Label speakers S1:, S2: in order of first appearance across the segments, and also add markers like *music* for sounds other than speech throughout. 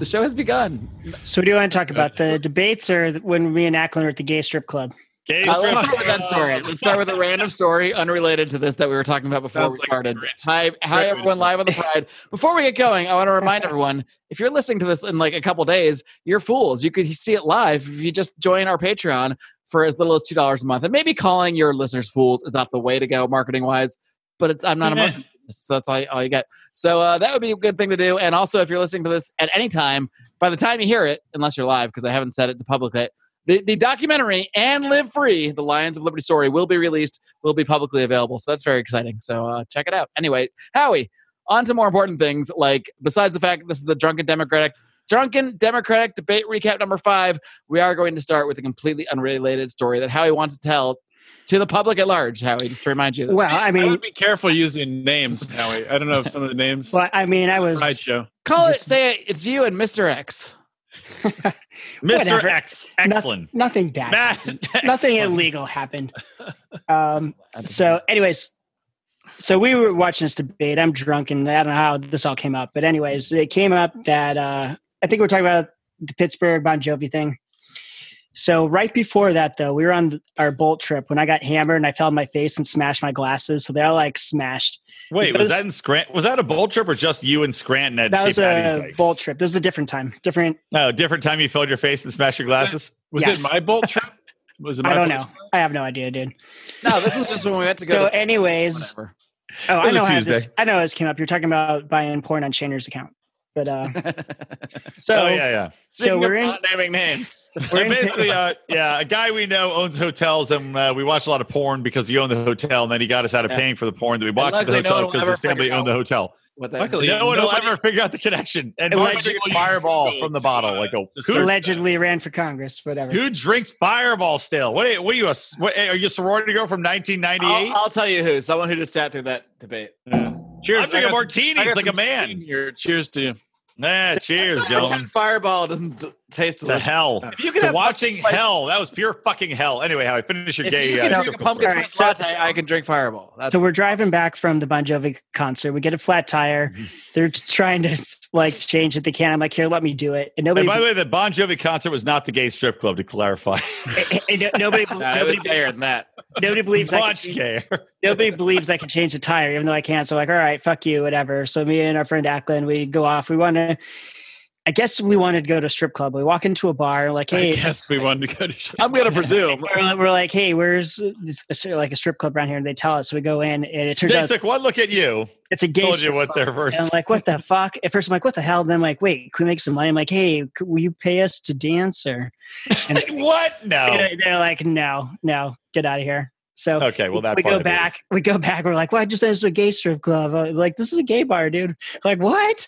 S1: The show has begun.
S2: So, what do you want to
S3: Uh,
S2: talk about? The debates or the- when me and Ackland were at the gay strip club?
S4: Gay
S1: Uh, let's
S4: strip
S1: start with that
S4: club.
S1: story. Let's start with a random story unrelated to this that we were talking about before
S4: Sounds
S1: we
S4: like
S1: started.
S4: a great-
S1: Hi, hi
S4: great
S1: everyone, live on the Pride. Before we get going, I want to remind everyone: if you're listening to this in like a couple days, you're fools. You could see it live if you just join our Patreon for as little as two dollars a month. And maybe calling your listeners fools is not the way to go marketing wise, but it's I'm not a
S4: *laughs* Meh.
S1: marketer, so that's all, all you get. So uh, that would be a good thing to do. And also, if you're listening to this at any time, by the time you hear it, unless you're live, because I haven't said it to public yet, the, the documentary and live free the lions of liberty story will be released will be publicly available so that's very exciting so uh, check it out anyway howie on to more important things like besides the fact that this is the drunken democratic drunken democratic debate recap number five we are going to start with a completely unrelated story that howie wants to tell to the public at large howie just to remind you that
S2: Well, I
S4: I
S2: mean,
S4: would be careful using names, Howie. I don't know if some of the names.
S2: well, I mean, I was.
S4: Right, show.
S1: call it
S2: just-
S1: say it it's you and mr x
S2: Whatever.
S3: Mr. X.
S2: noth-
S3: Excellent.
S2: nothing bad.
S3: Matt.
S2: nothing
S3: Excellent.
S2: illegal
S3: *laughs*
S2: happened. Um,
S1: *laughs*
S2: so, anyways, so we were watching this debate. I'm drunk, and I don't know how this all came up, but anyways, it came up that uh, I think we we're talking about the Pittsburgh Bon Jovi thing. So right before that, though, we were on our bolt trip when I got hammered and I fell on my face and smashed my glasses, so they're all like smashed.
S3: Wait,
S2: Because-
S3: was that in Scranton? Was that a bowl trip or just you and Scranton at
S2: That
S3: St.
S2: was
S3: Patty's
S2: a
S3: Day?
S2: bolt trip. This was a different time, different.
S3: No, different time you filled your face and smashed your glasses?
S4: Was
S2: Yes.
S4: it my bolt trip? Was it my
S2: I don't
S4: bolt
S2: know.
S4: trip?
S2: I have no idea, dude.
S1: no this is just when we went to go
S2: So,
S1: to- *laughs*
S2: anyways,
S1: whatever.
S2: Oh, I
S3: was a
S2: know how
S3: Tuesday.
S2: this. I know how this came up. You're talking about buying porn on Chandler's account, but uh, so
S3: Oh, yeah, yeah.
S2: so we're in.
S1: not naming names
S2: We're
S3: And
S2: in-
S3: basically, uh, yeah, a guy we know owns hotels, and uh, we watch a lot of porn because he owned the hotel, and then he got us out of
S1: Yeah.
S3: paying for the porn that we watched at the
S1: luckily no one
S3: hotel
S1: will
S3: because
S1: ever
S3: his family
S1: figure
S3: owned the hotel.
S1: what that
S4: Luckily,
S3: No one will
S4: nobody-
S3: ever figure out the connection. And
S4: Nobody
S3: why drinking
S4: will use
S3: Fireball
S4: Google
S3: from the
S4: to,
S3: bottle?
S4: uh,
S3: Like, a,
S4: to search
S3: who,
S2: allegedly ran for Congress, whatever.
S3: who drinks Fireball still? What, are- what are you, a, s- what, are you a sorority girl from 1998?
S1: I'll, I'll tell you who. Someone who just sat through that debate.
S4: Cheers.
S3: I'm drinking
S4: I got some- I
S3: martinis
S4: got
S3: like a
S4: some
S3: man.
S4: tequila Here. Cheers to you.
S3: Yeah, cheers,
S1: Stop
S3: gentlemen.
S1: pretending Fireball doesn't d- taste
S3: To *laughs*
S1: delicious.
S3: hell.
S1: If you could
S3: To
S1: have
S3: watching
S1: pumpkin spice-
S3: hell. That was pure fucking hell. Anyway, how I finish your
S1: if
S3: gay.
S1: you
S3: uh,
S1: can drink a
S3: circle
S1: pumpkin
S3: first.
S1: spice
S2: All right,
S1: latte,
S2: so-
S1: I can drink Fireball. That's
S2: So we're driving back from the Bon Jovi concert. We get a flat tire. They're trying to like change it. They can. I'm like, here, let me do it. And nobody.
S3: And by the way, the Bon Jovi concert was not the gay strip club.
S1: *laughs*
S3: To clarify,
S2: *laughs* and no-
S3: *laughs*
S2: nobody.
S1: no, it
S2: nobody,
S1: uh, was gayer than that.
S2: nobody believes. I
S3: much
S2: can,
S3: gay.
S2: nobody believes I can change the tire, even though I can. So like, all right, fuck you, whatever. So me and our friend Ackland, we go off. We want to. I guess we wanted to go to a strip club. We walk into a bar, like, hey,
S4: I guess we wanted to go to.
S1: I'm
S3: *laughs*
S1: going to presume.
S2: we're, like- we're like, hey, where's this, is there like a strip club around here? And they tell us. So we go in, and it turns
S3: They
S2: out it's,
S3: took one look at you.
S2: it's a gay
S3: Told you
S2: strip
S3: what their
S2: club. And I'm
S3: first.
S2: like, what the fuck? At first, I'm like, what the hell? And then I'm like, wait, can we make some money? I'm like, hey, c- will you pay us to dance? Or
S3: *laughs* What? No.
S2: and they're like, no, no, get out of here. So
S3: Okay. Well, that
S2: we
S3: part
S2: go
S3: I believe.
S2: back. We go back. We're like, well, I just entered a gay strip club. Uh, Like, this is a gay bar, dude. Like, what?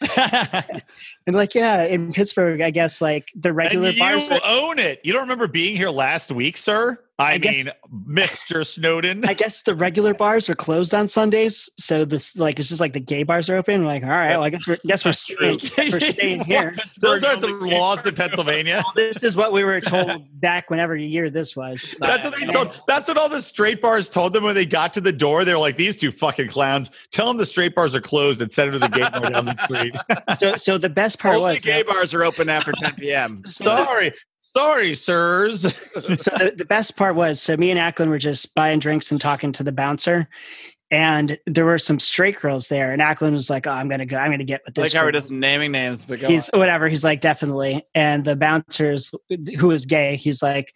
S2: And like, yeah, in Pittsburgh, I guess like the regular
S3: *laughs* And you
S2: bars. are-
S3: own it. You don't remember being here last week, sir? I,
S2: I guess-
S3: mean, Mr. Snowden.
S2: I guess the regular bars are closed on Sundays, so this like it's just like the gay bars are open. We're like, all right, well, I guess we're guess we're
S4: That's
S2: staying,
S4: true.
S2: guess we're
S3: *laughs*
S2: staying here.
S3: Those aren't the laws in Pennsylvania.
S2: This is what we were told back whenever year this was.
S3: That's what they told. That's what all the straight bars told them when they got to the door. They were like, "These two fucking clowns! Tell them the straight bars are closed and send them to the gay bar down the *laughs* street."
S2: So, so the best part
S1: Only
S2: was
S1: gay
S2: though-
S1: bars are open after 10 p.m.
S3: sorry, sorry, sirs.
S2: so the, the best part was so me and Ackland were just buying drinks and talking to the bouncer, and there were some straight girls there, and Ackland was like, "Oh, I'm gonna go. I'm gonna get with
S1: Like
S2: this."
S1: how we're
S2: girl.
S1: just naming names, but go
S2: he's whatever he's like definitely and the bouncers who is gay he's like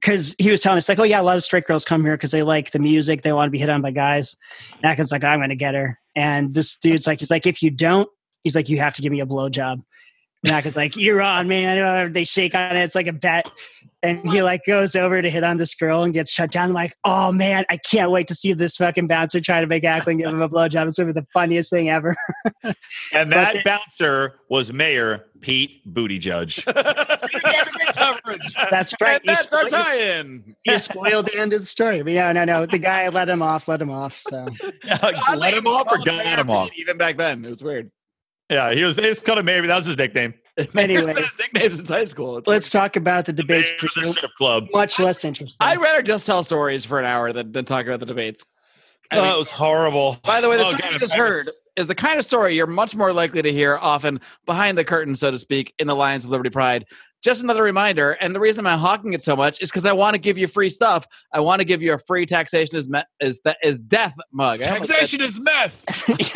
S2: because he was telling us like oh yeah a lot of straight girls come here because they like the music they want to be hit on by guys and Atkins like i'm gonna get her and this dude's like he's like if you don't he's like you have to give me a blow job and Atkins like you're on man they shake on it it's like a bet and he like goes over to hit on this girl and gets shut down. I'm like, oh man, I can't wait to see this fucking bouncer try to make Ackland give him a blowjob. It's gonna be the funniest thing ever.
S1: *laughs*
S3: And
S2: But
S3: that
S2: they-
S3: bouncer was Mayor Pete Booty *laughs* Judge.
S1: coverage.
S2: That's right.
S1: And that's our
S2: You-
S1: tie-in.
S2: you spoiled the end of the story. But yeah, no, no. The guy let him off, let him off.
S1: *laughs*
S2: So
S3: Let him off or got him off?
S1: Even back then, it was weird.
S3: Yeah, he was. They just called him Mayor. That was his nickname.
S1: Anyways,
S2: Anyways.
S1: his nicknames since high school. It's
S2: let's talk about the debates,
S3: Mayor of
S2: which
S3: the
S2: are
S3: strip club.
S2: much less interesting. *laughs*
S1: I'd rather just tell stories for an hour than, than talk about the debates. I mean,
S3: oh, it was horrible.
S1: By the way, the
S3: Oh,
S1: story
S3: God,
S1: you
S3: if
S1: just
S3: I was-
S1: heard is the kind of story you're much more likely to hear often behind the curtain, so to speak, in the Lions of Liberty Pride. Just another reminder, and the reason I'm hawking it so much is because I want to give you free stuff. I want to give you a free taxation is me- is that is death mug. I almost said-
S4: Taxation is meth.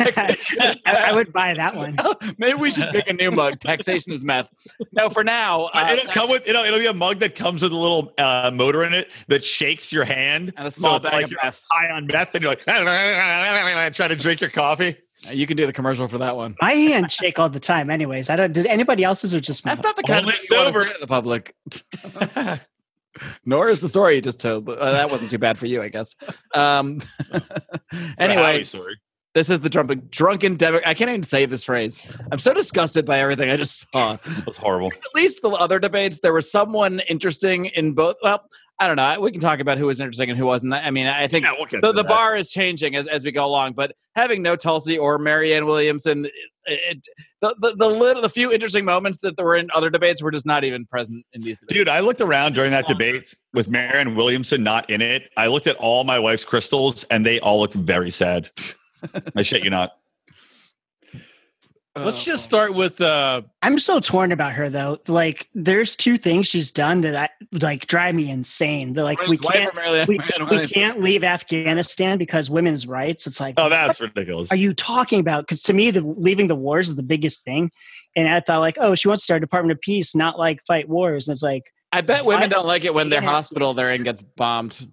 S2: I, I would buy that one.
S1: Maybe we should make a new mug. Taxation is meth. No, for now, uh,
S3: it'll come with it'll, it'll be a mug that comes with a little uh, motor in it that shakes your hand
S1: and a small
S3: so it's
S1: bag
S3: like
S1: of
S3: you're
S1: meth.
S3: high on meth and you're like *laughs* trying to drink your coffee.
S1: You can do the commercial for that one.
S2: My hands shake all the time, anyways. I don't. Does anybody else's or just mine?
S1: That's not the kind
S3: Only
S1: of thing you want to
S3: sober.
S1: say to the public. *laughs* Nor is the story you just told. Uh, that wasn't too bad for you, I guess. Um, *laughs* anyway,
S3: sorry.
S1: this is the drunken drunken. Demo- I can't even say this phrase. I'm so disgusted by everything I just
S3: *laughs*
S1: saw.
S3: that was horrible.
S1: At least the other debates, there was someone interesting in both. Well, I don't know. We can talk about who was interesting and who wasn't. I mean, I think
S3: Yeah, we'll get
S1: the,
S3: to
S1: the
S3: that.
S1: bar is changing as, as we go along, but having no Tulsi or Marianne Williamson, it, it, the, the the little the few interesting moments that there were in other debates were just not even present in these debates.
S3: Dude, I looked around during that debate. Was Marion Williamson not in it? I looked at all my wife's crystals and they all looked very sad. I shit you not.
S4: Let's just start with uh,
S2: I'm so torn about her though. Like, there's two things she's done that I like drive me insane. They're like, we
S1: Ryan's wife
S2: can't,
S1: or Marianne-
S2: we,
S1: Marianne
S2: we
S1: Williamson.
S2: can't leave Afghanistan because women's rights. It's like,
S3: Oh, that's ridiculous.
S2: are you talking about? Because to me, the leaving the wars is the biggest thing. And I thought, like, oh, she wants to start a Department of Peace, not like fight wars. And it's like,
S1: I bet women
S2: I-
S1: don't like it when their
S2: Yeah.
S1: hospital they're in gets bombed.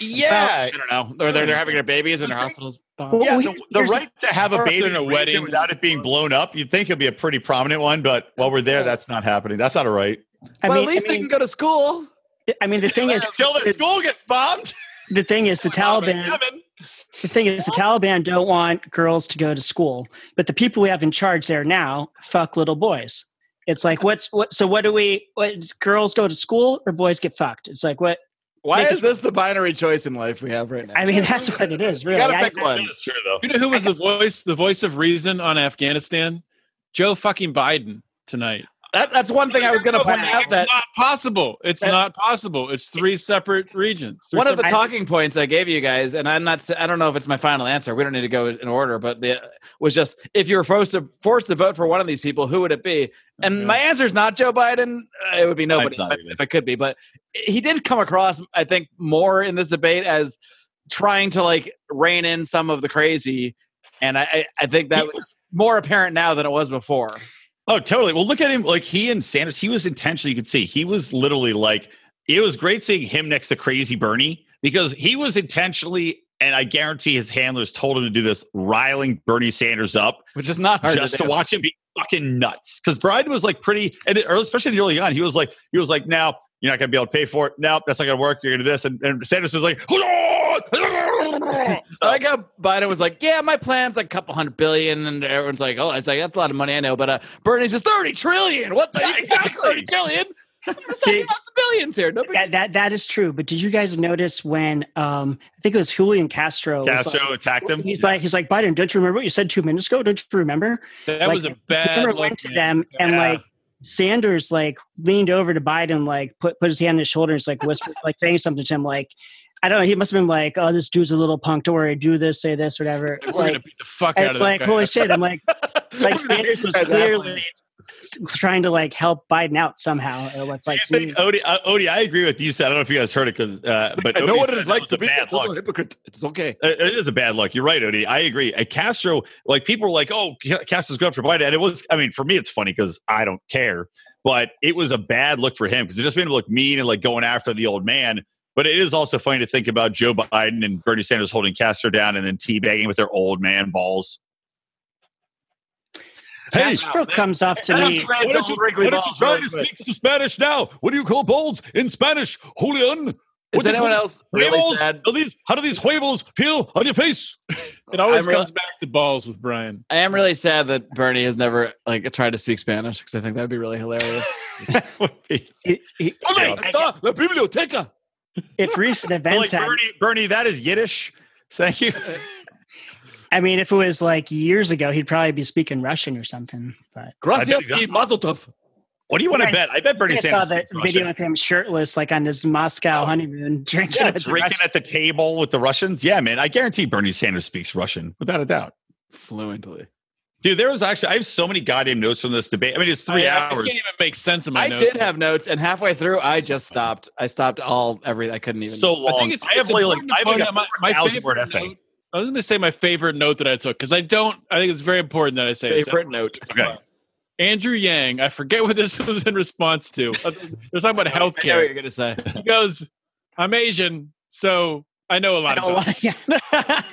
S3: yeah.
S1: I don't know. Or they're, they're having their babies and their hospital's bombed.
S2: Well,
S3: yeah,
S2: well,
S3: the,
S2: here's-
S3: the
S2: here's-
S3: right to have a
S4: Or if
S3: baby
S4: they're
S3: in
S4: in a
S3: a
S4: wedding.
S3: wedding without it being blown up, you'd think it'd be a pretty prominent one, but while we're there, that's not happening. That's not a right.
S2: I
S1: well,
S2: mean,
S1: at least
S2: I mean,
S1: they can go to school.
S2: I mean, the
S1: *laughs*
S2: thing is,
S3: Till the
S2: the,
S3: school gets bombed.
S2: the thing is, the
S3: *laughs*
S2: Taliban. The thing is, the Taliban don't want girls to go to school, but the people we have in charge there now fuck little boys. It's like, what's what? So, what do we? What girls go to school or boys get fucked? It's like, what?
S1: Why
S2: Make
S1: is this the binary choice in life we have right now?
S2: I mean, *laughs* that's what it is,
S1: you
S2: really.
S1: gotta
S2: I-
S1: pick one.
S3: That's true, though.
S4: you know who was the voice, the voice of reason on Afghanistan? Joe fucking Biden tonight.
S1: That, that's one thing I was going to
S4: No,
S1: point
S4: it's
S1: out that
S4: not possible. It's
S1: that-
S4: not possible. It's three separate regions. Three
S1: one of the
S4: separate-
S2: separate-
S1: talking points I gave you guys, and I'm not, I don't know if it's my final answer. We don't need to go in order, but the was just if you were forced to forced to vote for one of these people, who would it be?
S3: Oh,
S1: And
S4: Yeah.
S1: my answer is not Joe Biden. Uh, it would be nobody
S3: Mine's not
S1: if,
S3: either.
S1: if it could be, but he did come across, I think, more in this debate as trying to like rein in some of the crazy, and I, I, I think that was more apparent now than it was before.
S3: Oh, totally. Well, look at him. Like he and Sanders, he was intentional. You could see he was literally like it was great seeing him next to Crazy Bernie because he was intentionally, and I guarantee his handlers told him to do this, riling Bernie Sanders up
S1: Which is not hard
S3: just
S1: to,
S3: to
S1: do.
S3: watch him be fucking nuts. Because Biden was like pretty, and it- or especially in the early on, he was like, he was like, now you're not gonna be able to pay for it. No, that's not gonna work. You're gonna do this, and, and Sanders was like.
S1: I
S3: Oh.
S1: like how Biden was like, "Yeah, my plan's like a couple hundred billion, and everyone's like, "Oh, it's like that's a lot of money, I know." But uh, Bernie's just thirty trillion. What the
S3: Yeah,
S1: you can't have
S3: exactly.
S1: thirty trillion? We're just talking
S2: Dude.
S1: about some billions here. No big
S2: that, that that is true. But did you guys notice when um I think it was Julian Castro? was
S3: Castro attacked
S2: like,
S3: him.
S2: he's like, he's like, Biden, don't you remember what you said two minutes ago? Don't you remember?
S4: That
S2: like,
S4: was a
S2: if
S4: bad.
S2: Kramer
S4: look,
S2: went to
S4: man.
S2: them and
S3: Yeah.
S2: like Sanders like leaned over to Biden, like put put his hand on his shoulder and just like whispered, like saying something to him, like I don't know. He must have been like, "Oh, this dude's a little punk. Don't worry, do this, say this, whatever."
S4: We're gonna
S2: Like,
S4: beat the fuck
S2: and
S4: out of
S2: it's
S4: that
S2: like,
S4: guy.
S2: holy shit! I'm
S4: *laughs*
S2: like, like Sanders was
S1: Guys,
S2: clearly s- trying to like help Biden out somehow. Or what's
S3: *laughs*
S2: like,
S3: I think Odie, uh, Odie, I agree with you. Seth. I don't know if you guys heard it, because uh, but Odie said that was a bad look.
S1: hypocrite. It's okay.
S3: It it is a bad luck. You're right, Odie. I agree. Uh, Castro, like people were like, "Oh, Ca- Castro's good for Biden," and it was. I mean, for me, it's funny because I don't care, but it was a bad look for him because it just made him look mean and like going after the old man. But it is also funny to think about Joe Biden and Bernie Sanders holding Castro down and then teabagging with their old man balls. Hey,
S2: Castro comes off to
S1: That
S2: me.
S1: was Grant's
S3: why don't you,
S1: old wrinkly
S3: why don't you
S1: balls,
S3: try
S1: really
S3: to
S1: quick.
S3: speak Spanish now? What do you call balls in Spanish, Julian?
S1: Is
S3: What do you-
S1: anyone else really
S3: Huevos?
S1: sad?
S3: How these- how do these huevos feel on your *laughs* face?
S4: It always
S1: I'm real-
S4: comes back to balls with Brian.
S1: I am really sad that Bernie has never like tried to speak Spanish because I think that'd be really
S3: *laughs*
S1: hilarious.
S2: He- he-
S3: Yeah.
S1: está la biblioteca.
S2: if recent
S3: But,
S2: events
S3: like
S2: had,
S3: Bernie, Bernie, that is Yiddish. Thank you.
S2: I mean, if it was like years ago, he'd probably be speaking Russian or something. But
S1: Gracias
S3: I
S1: y Mazel tov.
S3: What do you want to
S2: Yes.
S3: bet? I bet Bernie
S2: I
S3: Sanders
S2: saw that
S3: is Russian.
S2: video of him shirtless, like on his
S1: Oh.
S2: Moscow honeymoon, *laughs* drinking.
S3: Yeah,
S2: with the
S3: drinking at the table with the Russians. Yeah, man, I guarantee Bernie Sanders speaks Russian without a doubt.
S1: fluently.
S3: Dude, there was actually I have so many goddamn notes from this debate. I mean, it's three
S4: I, I
S3: hours.
S4: can't even make sense of my
S1: I
S4: notes.
S1: did have notes, and halfway through, I just stopped. I stopped all every. I couldn't even.
S3: so
S4: I
S3: long.
S4: think it's,
S3: I have
S4: it's
S3: like, like
S4: important
S3: I
S4: to
S3: have
S4: point
S3: like a
S4: out my, my
S3: 4,000 word
S4: favorite
S3: essay.
S4: note- I was going to say my favorite note that I took because I don't. I think it's very important that I say this.
S1: favorite note.
S3: Okay.
S4: Andrew Yang, I forget what this *laughs* was in
S1: *laughs*
S4: response to. They're talking about
S1: I know what you're
S4: healthcare.
S1: gonna say.
S4: He goes, "I'm Asian, so I know a lot
S2: I don't
S4: about."
S2: like- *laughs* yeah.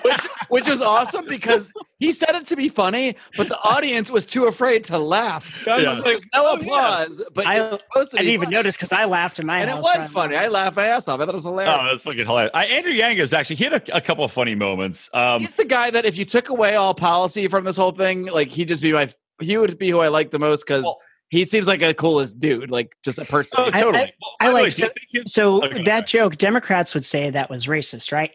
S1: which which was awesome because he said it to be funny, but the audience was too afraid to laugh.
S4: I was
S3: Yeah.
S1: There
S4: like,
S1: was no
S4: "Oh, yeah."
S1: applause, but
S2: I-
S1: it was supposed to
S2: I
S1: be
S2: didn't even
S1: funny.
S2: notice because I laughed in my
S1: And it
S2: house.
S1: was
S2: probably.
S1: funny. I laughed my ass off. I thought it was hilarious.
S3: Oh, that's fucking hilarious. I, Andrew Yang is actually he had a, a couple of funny moments. Um,
S1: He's the guy that if you took away all policy from this whole thing, like he'd just be my he would be who I like the most because
S3: Well-
S1: he seems like a coolest dude, like just a person.
S3: oh,
S2: I-
S3: totally.
S2: I-
S3: Well,
S2: I
S3: by the
S2: like
S3: way, do you
S2: to-
S3: think
S2: *laughs*
S3: his-
S2: So
S3: Okay.
S2: that joke, Democrats would say that was racist, right?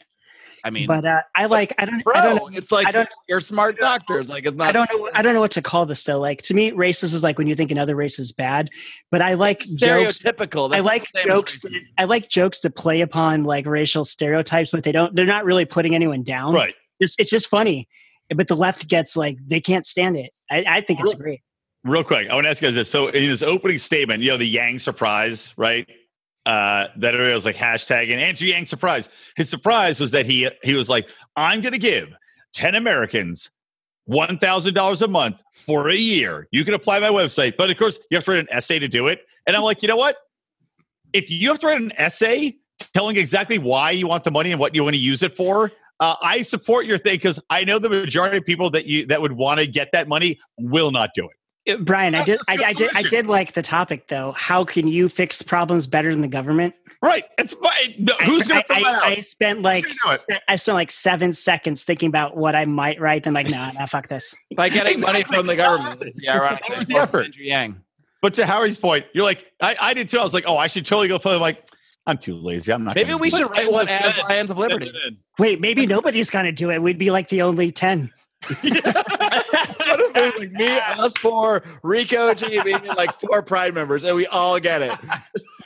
S1: I mean,
S2: But uh, I like I don't
S1: bro,
S2: I don't know.
S1: it's like
S2: I don't-
S1: you're smart doctors. Like it's not.
S2: I don't know. I don't know what to call this though. Like to me, racist is like when you think another race is bad. But I like jokes.
S1: stereotypical.
S2: I
S1: That's not
S2: like
S1: the same as
S2: jokes.
S1: racist.
S2: That, I like jokes to play upon like racial stereotypes, but they don't. They're not really putting anyone down.
S3: right.
S2: It's, it's just funny. But the left gets like they can't stand it. I, I think it's
S3: Really?
S2: great.
S3: Real quick, I want to ask you guys this. So in his opening statement, you know, the Yang surprise, right? Uh, that area was like hashtag and Andrew Yang surprise. His surprise was that he he was like, I'm gonna give 10 Americans one thousand dollars a month for a year. You can apply my website, but of course you have to write an essay to do it. And I'm like, you know what? If you have to write an essay telling exactly why you want the money and what you want to use it for, uh, I support your thing because I know the majority of people that you that would want to get that money will not do it.
S2: Uh, Brian, I
S3: That's
S2: did.
S3: a
S2: I,
S3: good
S2: I did. I
S3: solution.
S2: did like the topic though. How can you fix problems better than the government?
S3: Right. It's fine. No, who's going
S2: I,
S3: to fill
S2: I,
S3: that out?
S2: I spent like
S3: Who's gonna do
S2: se- I spent like seven seconds thinking about what I might write. Then like, nah, nah, fuck this.
S1: by getting money
S3: Exactly.
S1: from the government. That's the ironic
S3: That was
S1: thing.
S3: the effort.
S1: Andrew Yang.
S3: but to Howie's point, you're like, I, I did too. I was like, oh, I should totally go fill. I'm like, I'm too lazy. I'm not.
S1: Maybe
S3: gonna
S1: we
S3: spend-
S1: should write one
S4: But-
S1: as Lions of Liberty.
S2: Wait,
S3: *laughs*
S2: maybe nobody's gonna do it. We'd be like the only ten.
S1: *laughs* What if it was like me, us four, Rico, Jamie, and like four Pride members, and we all get *laughs* it?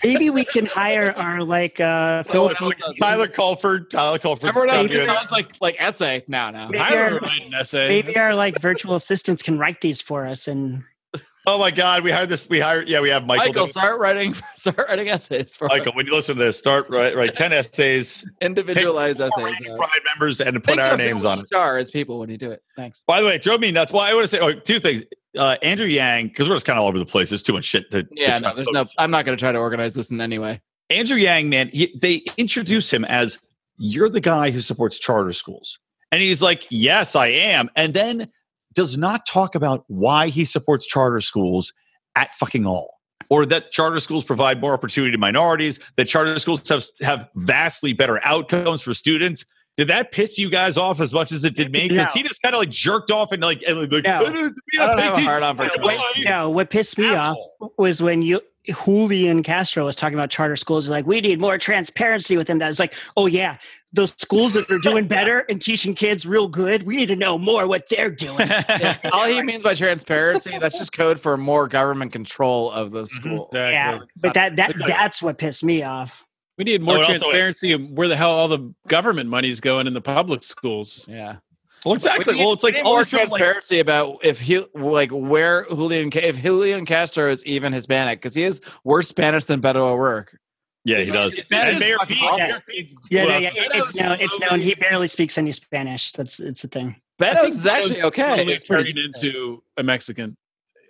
S2: Maybe we can
S3: *laughs*
S2: hire our like uh
S1: No
S2: Phil.
S1: one else does it.
S3: Tyler Culford. Tyler Culford.
S1: Everyone else
S3: Yeah.
S1: just sounds like like essay. No, no.
S2: Maybe
S4: I
S2: our-
S4: remember writing an essay.
S2: Maybe our like virtual assistants can write these for us. And
S3: Oh my God, we hired this. We hired. Yeah, we have Michael.
S1: Michael,
S3: doing-
S1: start writing, *laughs* start writing essays for
S3: Michael, when you listen to this, start right, right, ten essays,
S1: individualized
S3: for
S1: essays.
S3: random
S1: Uh,
S3: Pride members, and put
S1: think
S3: our
S1: of
S3: names
S1: who
S3: on it.
S1: each Are as people when you do it. Thanks.
S3: By the way, it drove me nuts. Well, I want to say oh, two things. Uh, Andrew Yang, because we're just kind of all over the place. There's too much shit to. to
S1: Yeah,
S3: try
S1: no,
S3: to
S1: there's no. I'm not going to try to organize this in any
S3: *laughs*
S1: way.
S3: Andrew Yang, man, he, they introduce him as you're the guy who supports charter schools. And he's like, yes, I am. And then does not talk about why he supports charter schools at fucking all. Or that charter schools provide more opportunity to minorities, that charter schools have, have vastly better outcomes for students. Did that piss you guys off as much as it did
S1: *laughs*
S3: me? Because
S2: No.
S3: he just kind of like jerked off and like, and like
S2: No.
S3: "Oh, no, we
S1: I don't
S3: big
S1: have a *laughs*
S3: team."
S1: hard-on
S3: *laughs*
S1: for
S3: Why?
S1: charter
S2: no, what pissed me off
S3: *laughs* Asshole.
S2: was when you Julian Castro was talking about charter schools. He's like, we need more transparency with them. That was like, oh yeah, those schools that are doing better and teaching kids real good. We need to know more what they're
S3: *laughs*
S2: doing.
S1: All he means by transparency, that's just code for more government control of the
S3: Mm-hmm.
S1: school.
S4: Exactly.
S2: Yeah, but that that
S3: Exactly.
S2: that's what pissed me off.
S4: We need more
S3: Oh, and also-
S4: transparency and where the hell all the government money's going in the public schools.
S1: Yeah.
S3: Well, exactly.
S1: We need-
S3: well, it's
S1: we
S3: like
S1: need
S3: all
S1: more
S3: the shows, like,
S1: transparency about if he like where Julian Ca- if Julian Castro is even Hispanic because he is worse Spanish than Beto O'Rourke.
S3: Yeah, he
S1: It's-
S3: does.
S1: it's- it's
S3: And Mayor
S1: fucking
S3: Pete-
S1: awful.
S3: Mayor Pete-
S2: Yeah,
S3: well,
S2: yeah, yeah.
S4: Beto's
S2: It's known. It's known.
S4: slowly-
S2: He barely speaks any Spanish. That's it's a thing.
S1: Beto's is actually
S4: Beto's
S1: okay.
S4: slowly
S1: He's pretty
S4: turning
S1: good.
S4: into a Mexican.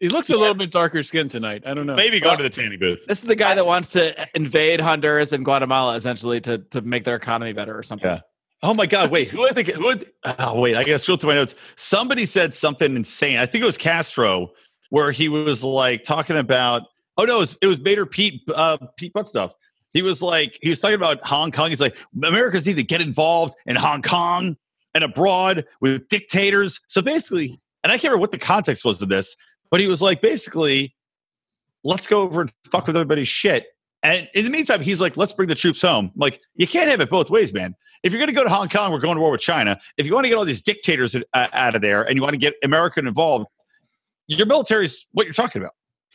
S4: He looks a little bit darker skinned tonight. I don't know.
S3: Maybe go to the tanning booth.
S1: This is the guy that wants to invade Honduras and Guatemala essentially to to make their economy better or something.
S3: Yeah. Oh my God! Wait, who I think? Who? had- oh wait, I gotta scroll through my notes. Somebody said something insane. I think it was Castro, where he was like talking about. Oh no, it was, it was Bader Pete uh, Pete Butt stuff. He was like he was talking about Hong Kong. He's like Americans need to get involved in Hong Kong and abroad with dictators. So basically, and I can't remember what the context was to this, but he was like basically, let's go over and fuck with everybody's shit. And in the meantime, he's like, let's bring the troops home. I'm like you can't have it both ways, man if you're going to go to Hong Kong, we're going to war with China. If you want to get all these dictators uh, out of there and you want to get America involved, your military's what you're talking about.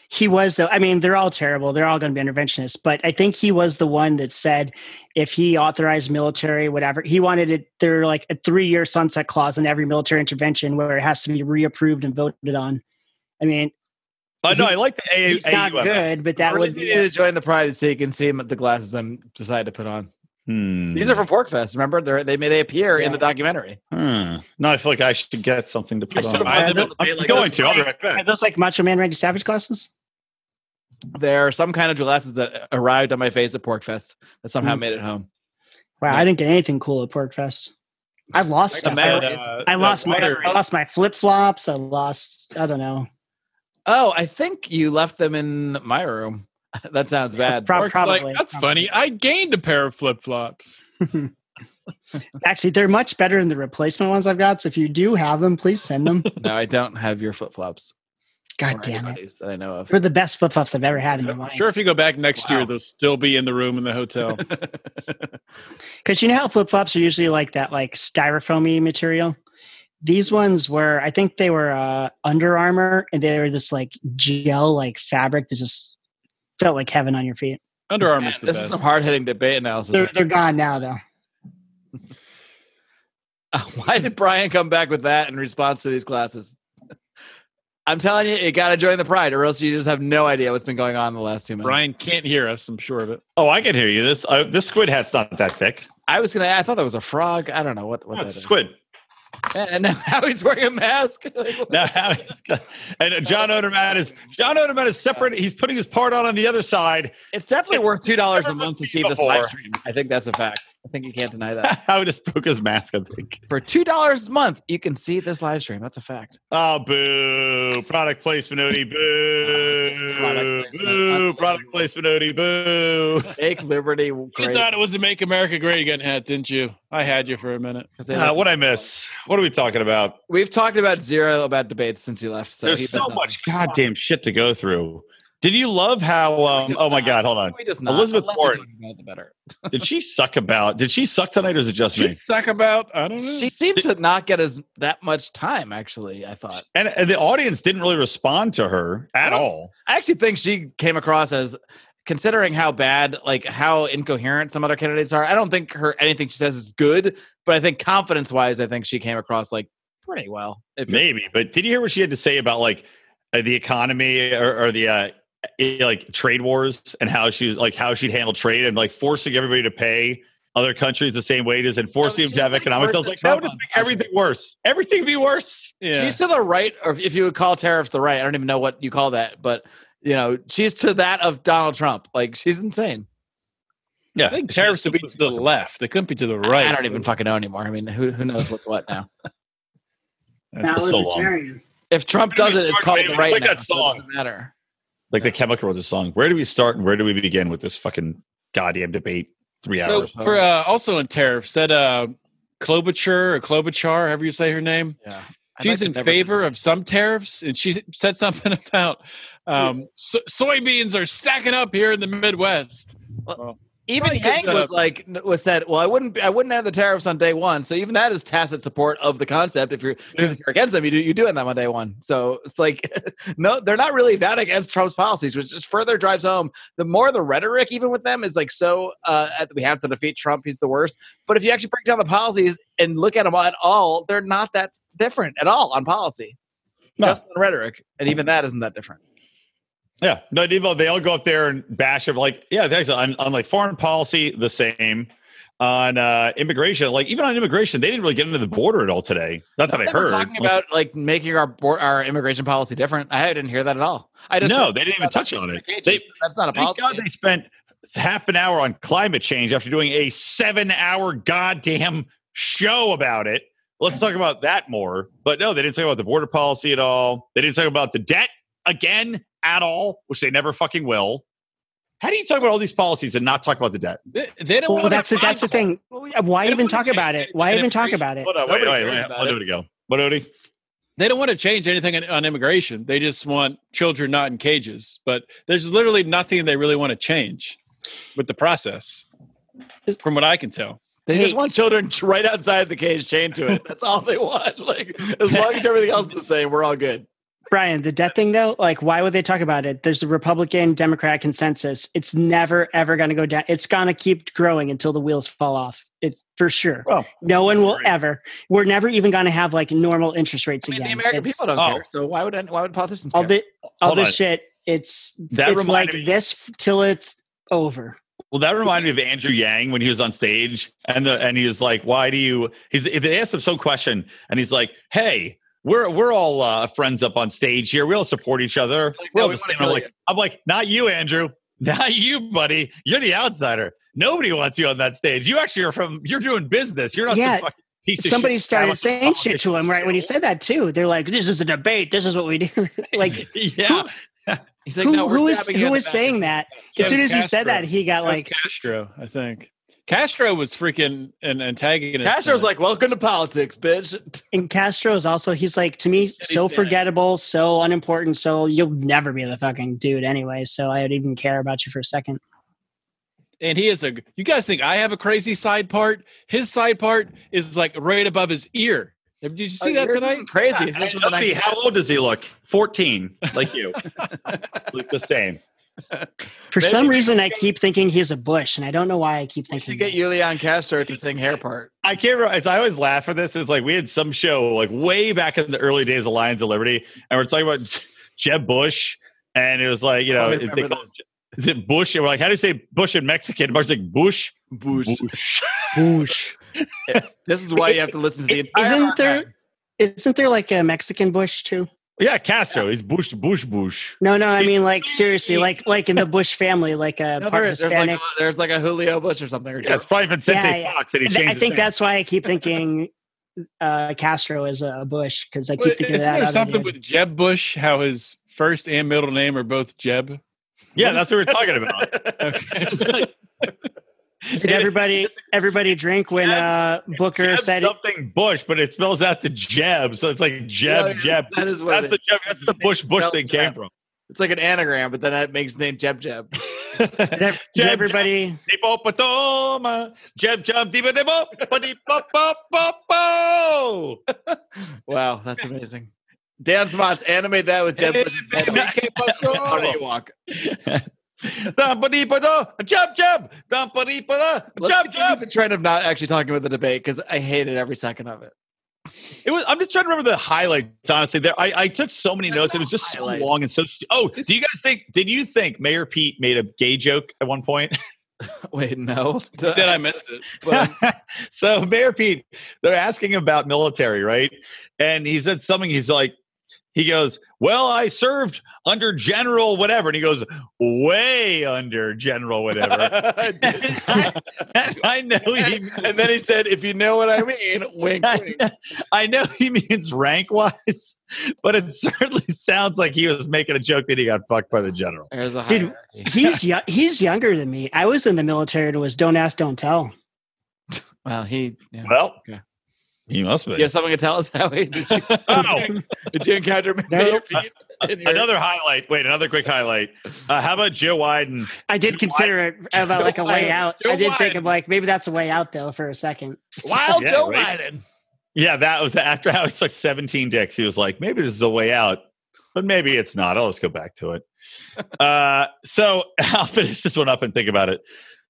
S2: he was though i mean they're all terrible they're all going to be interventionists but i think he was the one that said if he authorized military whatever he wanted it there were like a three year sunset clause in every military intervention where it has to be reapproved and voted on i mean
S3: Uh, no, I like the A-
S2: it's not
S3: AUMF.
S2: good but that
S1: Or
S2: was
S1: just need to join the pride so you can see him at the glasses I'm decided to put on.
S3: Hmm.
S1: These are from Porkfest. Remember, They're, they may they appear in
S2: Yeah.
S1: the documentary.
S3: Hmm. No, I feel like I should get something to put
S1: I
S3: on.
S1: still-
S3: I,
S1: I
S3: am
S1: don't-
S3: going to. I'll be right
S2: are
S3: back.
S2: those like macho man randy savage glasses
S1: There are some kind of glasses that arrived on my face at Porkfest that somehow
S2: Mm.
S1: made it home.
S2: wow i didn't get anything cool at porkfest i've lost
S1: I
S2: stuff
S1: got
S2: I,
S1: mad.
S2: I lost my
S1: water
S2: I
S1: is-
S2: lost my flip flops. I lost I don't know.
S1: Oh, I think you left them in my room. *laughs* that sounds bad.
S2: Prob-
S4: Mark's like,
S2: probably.
S4: That's funny. I gained a pair of flip flops.
S2: Actually, they're much better than the replacement ones I've got. So if you do have them, please send
S1: *laughs*
S2: them.
S1: no, I don't have your flip flops.
S2: God damn it.
S1: That I know of.
S2: They're the best flip flops I've ever had in my
S4: I'm
S2: life.
S4: sure if you go back next
S1: Wow.
S4: year, they'll still be in the room in
S1: *laughs*
S4: the hotel.
S2: Because you know how flip flops are usually like that like styrofoamy material? These ones were I think they were uh under armor and they were this like gel like fabric that just felt like heaven on your feet.
S4: Under
S1: Man,
S4: Armour's the
S1: this is
S4: best.
S1: some hard hitting debate analysis.
S2: They're they're gone now though.
S1: *laughs* Why did Brian come back with that in response to these classes? *laughs* I'm telling you, you got to join the pride, or else you just have no idea what's been going on the last two months.
S4: Brian can't hear us. I'm sure of it.
S3: Oh, I can hear you. This uh, this squid hat's not that thick.
S1: I was gonna. I thought that was a frog. I don't know what. what
S3: That's
S1: that
S3: it's a
S1: is.
S3: squid.
S1: *laughs*
S3: *laughs*
S1: And now *laughs* how he's wearing a mask. Like, what-
S3: Now, how he's got- and John Odermatt is John Odermatt is separate. He's putting his part on on the other side. *laughs*
S1: it's definitely
S3: It's
S1: worth two dollars a
S3: never
S1: month to
S3: been
S1: see
S3: seen
S1: this live
S3: before.
S1: stream. I think that's a fact. I think you can't deny that.
S3: How he just broke his mask. I think.
S1: For two dollars a month, you can see this live stream. That's a fact.
S3: Oh, boo! Product placement, Odie. Boo!
S1: Product placement.
S3: Boo! Product placement, Odie. Boo!
S1: Make liberty
S4: You
S1: great.
S4: thought it was a Make America Great Again hat, didn't you? I had you for a minute.
S1: 'cause
S3: *laughs*
S1: they
S3: Uh,
S1: like-
S3: what I miss? What are we talking about?
S1: We've talked about zero about debates since you left. So he
S3: There's
S1: does
S3: so
S1: not-
S3: much goddamn shit to go through. Did you love how? Um,
S1: Just
S3: oh my
S1: not.
S3: god! Hold on.
S1: We just not.
S3: Elizabeth
S1: Unless you
S3: Warren.
S1: talk about it, the better.
S3: Did she suck about? Did she suck tonight, or is it just
S4: Did
S3: me?
S4: you suck about? I don't know.
S1: She seems to not get as that much time. Actually, I thought.
S3: And, and the audience didn't really respond to her at all.
S1: I actually think she came across as, considering how bad, like how incoherent some other candidates are. I don't think her anything she says is good, but I think confidence wise, I think she came across like pretty well. If you-
S3: Maybe, but did you hear what she had to say about like uh, the economy or, or the uh, i- like trade wars and how she was like how she'd handle trade and like forcing everybody to pay other countries the same wages and forcing
S1: was
S3: them to
S1: just,
S3: have
S1: like,
S3: economics? I
S1: worse
S3: was like,
S1: than
S3: that would
S1: Trump
S3: just
S1: on
S3: make
S1: countries.
S3: everything worse. Everything be worse.
S4: yeah.
S1: she's to the right, or if- if you would call tariffs the right, I don't even know what you call that, but you know, she's to that of Donald Trump. Like she's insane.
S3: Yeah,
S4: I think tariffs would be to the left. They couldn't be to the
S1: I-
S4: right.
S1: I don't even fucking know anymore. I mean, who who knows what's what now?
S3: Now so long.
S1: If Trump
S3: Where do
S1: does
S3: we
S1: it, it's
S3: start,
S1: called
S3: baby?
S1: the right
S3: It's like
S1: now, so
S3: that
S1: it
S3: song.
S1: doesn't matter.
S3: like the chemical brothers song. Where do we start and where do we begin with this fucking goddamn debate? Three
S4: So
S3: hours.
S4: for uh, also in tariffs, said uh, Klobuchar or Klobuchar, however you say her name,
S1: Yeah. I'd
S4: she's
S1: like to
S4: in
S1: never see
S4: favor
S1: that.
S4: of some tariffs, and she *laughs* said something about um, so- soybeans are stacking up here in the Midwest.
S1: even
S4: Probably gives
S1: Yang
S4: it
S1: was
S4: up.
S1: like was said, well, I wouldn't be- I wouldn't have the tariffs on day one. So even that is tacit support of the concept. If you're because if you're against them, you do you do end them on day one. So it's like *laughs* no, they're not really that against Trump's policies, which just further drives home the more the rhetoric even with them is like so uh, at- we have to defeat Trump, he's the worst. But if you actually break down the policies and look at them at all, they're not that different at all on policy.
S3: No.
S1: Just on rhetoric, and even that isn't that different.
S3: Yeah, no, Devo, they all go up there and bash him. Like, yeah, thanks. On, on like foreign policy, the same. On uh, immigration, like even on immigration, they didn't really get into the border at all today. Not that I
S1: They were
S3: heard.
S1: talking about like making our bor- our immigration policy different. I didn't hear that at all. I just
S3: no,
S1: heard-
S3: they didn't even touch on it. They,
S1: They, that's not a
S3: thank
S1: policy.
S3: God they spent half an hour on climate change after doing a seven-hour goddamn show about it. Let's talk about that more. But no, they didn't talk about the border policy at all. They didn't talk about the debt again at all, which they never fucking will. How do you talk about all these policies and not talk about the debt?
S4: They, they don't.
S2: Well,
S4: want
S2: that's
S4: to
S2: it. That's the
S4: buy them.
S2: thing. Why
S4: They
S2: even
S4: wanna
S2: talk
S4: change
S2: about
S4: it
S2: it? Why
S4: and
S2: even talk
S4: increase
S2: about it?
S3: Hold on, wait,
S1: Nobody cares
S3: wait, let-
S1: about
S3: let
S1: it.
S3: Odie go. What Odie?
S4: They don't want to change anything on- on immigration. They just want children not in cages. But there's literally nothing they really want to change with the process, from what I can tell.
S1: They just
S2: Hey.
S1: want children *laughs* t- right *laughs* outside the cage chained to it. That's all they want. Like as long as everything else is the same, we're all good.
S2: Brian, the debt thing though, like why would they talk about it? There's a Republican Democrat consensus. It's never ever going to go down. It's going to keep growing until the wheels fall off. It for sure.
S3: Well,
S2: no one will
S3: right.
S2: ever. We're never even going to have like normal interest rates
S1: I mean,
S2: again.
S1: the American
S2: It's-
S1: people don't
S3: oh.
S1: care. So why would any, why would politicians
S2: all
S1: care?
S2: the all
S3: Hold
S2: this
S3: on.
S2: shit. It's
S3: That
S2: it's like
S3: reminded me-
S2: this f- till it's over.
S3: Well, that reminded me of Andrew Yang when he was on stage, and the and he was like, "Why do you?" He's they asked him some question, and he's like, "Hey, we're we're all uh, friends up on stage here. We all support each other.
S1: Like,
S3: We're
S1: no,
S3: all
S1: we
S3: the
S1: wanna
S3: same." I'm
S1: kill
S3: like,
S1: you.
S3: I'm like, not you, Andrew, not you, buddy. You're the outsider. Nobody wants you on that stage. You actually are from. You're doing business. You're not
S2: Yeah.
S3: some fucking piece of shit
S2: Somebody started
S3: talent
S2: saying shit to him right when he said that too. They're like, "This is a debate. This is what we do." *laughs* like
S3: *laughs* yeah,
S1: He's like,
S2: who-
S1: no, we're
S2: who is-
S1: stabbing you
S2: who
S1: in the
S2: is
S1: back."
S2: saying
S3: *laughs*
S2: that? as soon
S4: That
S2: as
S4: was
S2: he said
S4: Castro.
S2: that, he got
S4: That was
S2: like
S4: Castro, I think. Castro was freaking an antagonist.
S1: Castro's
S4: in it.
S1: like, welcome to politics, bitch. *laughs*
S2: And Castro is also, he's like, to me, so
S4: dead.
S2: forgettable, so unimportant, so you'll never be the fucking dude anyway. So I would even care about you for a second.
S4: and he is a. You guys think I have a crazy side part? His side part is like right above his ear. Did you see that
S1: Oh, Yours
S4: tonight?
S1: isn't *laughs* Crazy.
S3: And
S1: This was
S3: nobody-
S1: an-
S3: how old does he look? Fourteen,
S1: *laughs*
S3: like you. Looks the same.
S2: For
S1: Maybe
S2: some
S1: we
S2: reason, I keep thinking he's a Bush, and I don't know why I keep
S1: We should get
S2: thinking. that.
S1: Yulian Castro to sing hair part.
S3: I can't remember. It's, I always laugh at this. It's like we had some show like way back in the early days of Lions of Liberty, and we're talking about Jeb Bush, and it was like you know
S1: I
S3: it-
S1: remember
S3: they call it, is it Bush, and we're like, how do you say Bush in Mexican? And Mark's like Bush.
S1: Bush.
S3: Bush.
S1: This is why you have to listen to the entire
S2: Isn't there-
S1: archives.
S2: Isn't there like a Mexican Bush too?
S3: Yeah, Castro. He's Bush. Bush. Bush.
S2: No, no, I mean like seriously, like like in the Bush family, like a
S1: No,
S2: part
S1: there is. There's like, a,
S2: Hispanic.
S1: there's like a Julio Bush or something. Or
S3: Yeah, it's probably Vicente
S2: Yeah, yeah.
S3: Fox, and he
S2: Th-
S3: changed.
S2: I
S3: his
S2: think
S3: name.
S2: that's why I keep thinking uh, Castro is a Bush because I keep
S4: Well,
S2: thinking of
S4: Isn't
S2: that.
S4: there
S2: other
S4: something
S2: dude.
S4: with Jeb Bush? How his first and middle name are both Jeb.
S3: yeah, that's what we're talking about.
S2: *laughs*
S4: Okay.
S2: Did everybody everybody drink when uh, Booker
S3: Jeb
S2: said
S3: something Bush, but it spells out to Jeb, so it's like Jeb.
S1: Yeah,
S3: Jeb.
S1: That is what
S3: That's
S1: it
S3: the
S1: is.
S3: Jeb. That's the Bush. Bush
S1: Spells
S3: thing
S1: Jeb.
S3: came from. *laughs*
S1: It's like an anagram, but then it makes his name Jeb Jeb.
S2: Did, ev- did
S3: Jab,
S2: everybody
S3: Hippopotamus, jab jab diba diba, buddy pop pop pop *laughs* po.
S1: Wow, that's amazing. Dan Smots, animate that with Jeb
S4: Hey,
S1: Bush's
S4: baby,
S1: medley.
S4: ¿qué
S1: How do
S4: pasó?
S1: you walk?
S3: Dumpity pada, jab jab, dumpity pada,
S1: Let's
S3: jab
S1: jump,
S3: jab.
S1: the trend of not actually talking about the debate because I hated every second of it.
S3: It was. I'm just trying to remember the highlights. Honestly, there I, I took so many
S1: There's
S3: notes.
S1: no
S3: it was just
S1: highlights.
S3: so long and so. stu- Oh, do you guys think? Did you think Mayor Pete made a gay joke at one point?
S1: Wait, no.
S4: Then I missed it.
S1: But
S3: *laughs* so Mayor Pete, they're asking about military, right? And he said something. He's like, he goes, "Well, I served under General whatever," and he goes, "Way under General whatever."
S1: *laughs*
S3: *laughs* and I, and I know he,
S1: and then he said, if you know what *laughs* I mean, wink, wink.
S3: *laughs* I know he means rank wise, *laughs* but it certainly sounds like he was making a joke that he got fucked by the general.
S1: There's a
S2: Dude,
S1: hierarchy.
S3: *laughs*
S2: he's yo- he's younger than me? I was in the military and it was don't ask, don't tell.
S1: Well, he. Yeah.
S3: Well,
S1: Okay.
S3: he must be.
S1: You have someone to tell us *laughs* how he did you,
S3: Oh.
S1: did you encounter Mayor Pete? in your-
S3: Another highlight. Wait, another quick highlight. Uh, how about Joe Wyden?
S2: I did consider it about like a way
S3: Why?
S2: out.
S3: Joe
S2: I did think
S3: Biden.
S2: of like maybe that's a way out though for a second.
S1: Wild
S3: Yeah,
S1: Joe
S3: right?
S1: Biden.
S3: Yeah, that was after I was like 17 dicks. He was like, maybe this is a way out, but maybe it's not. I'll just go back
S1: *laughs*
S3: to it. uh, so *laughs* I'll finish this one up and think about it.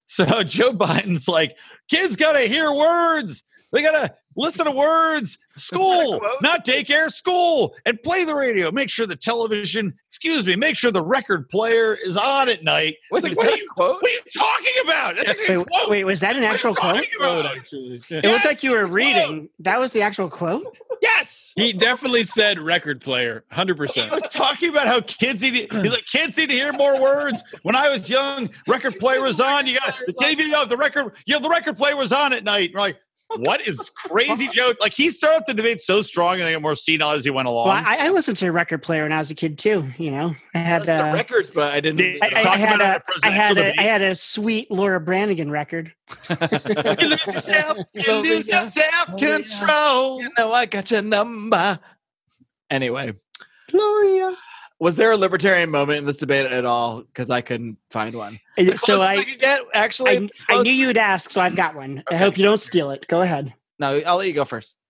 S3: So Joe Biden's like, kids got to hear words. They got to listen to words.
S1: *laughs*
S3: School,
S1: quote?
S3: not daycare, school, and play the radio. Make sure the television, excuse me, make sure the record player is on at night.
S1: Wait,
S3: It's like,
S1: is
S3: what,
S1: that
S3: are
S1: a
S3: you,
S1: quote?
S3: what are you talking about? That's a
S2: Wait,
S3: good quote.
S2: wait, was that an
S3: What are you
S2: actual quote?
S3: talking
S4: Uh,
S3: about?
S4: actually.
S2: It looked
S3: Yes,
S2: like you were
S3: it's a
S2: reading. That was the actual quote.
S3: Yes.
S4: *laughs* He definitely said record player, hundred percent.
S3: I was *laughs* talking about how kids need.
S1: *clears throat*
S3: He's like, kids need to hear more words. When I
S1: *laughs*
S3: was young, record player was on. You got the TV. No, the record. You know, the record player was on at night. We're like, what is
S1: *laughs*
S3: crazy joke? Like he started off the debate so strong, and they got more senile as he went along.
S2: Well, I, I listened to a record player when I was a kid too. You know, I had
S1: That's the
S2: uh,
S1: records, but I didn't.
S2: I,
S3: Did-
S2: I- I
S3: Talk
S2: had
S3: about
S2: a,
S3: a
S2: I had
S3: presidential
S2: a, I had a sweet Laura Branigan record.
S3: you
S1: *laughs*
S3: lose yourself. You lose your self control.
S1: Oh, you know, I got your number. Anyway,
S2: Gloria.
S1: was there a libertarian moment in this debate at all? Because I couldn't find one. The
S2: So
S1: closest
S2: I,
S1: could get actually.
S2: I, I knew you would ask, so I've got one. I
S1: Okay.
S2: hope you don't steal it. Go ahead.
S1: no, I'll let you go first. *laughs*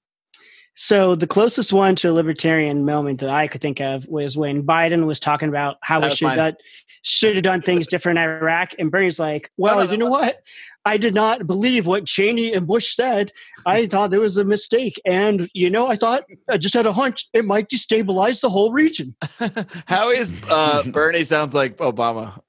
S2: So the closest one to a libertarian moment that I could think of was when Biden was talking about how
S1: That
S2: we
S1: was
S2: should
S1: mine.
S2: have done, should have done things different in Iraq, and Bernie's like, "Well,
S1: no, that
S2: you know what? I did not believe what Cheney and Bush said.
S1: *laughs*
S2: I thought there was a mistake, and you know, I thought I just had a hunch it might destabilize the whole region."
S1: How is uh, Bernie sounds like Obama?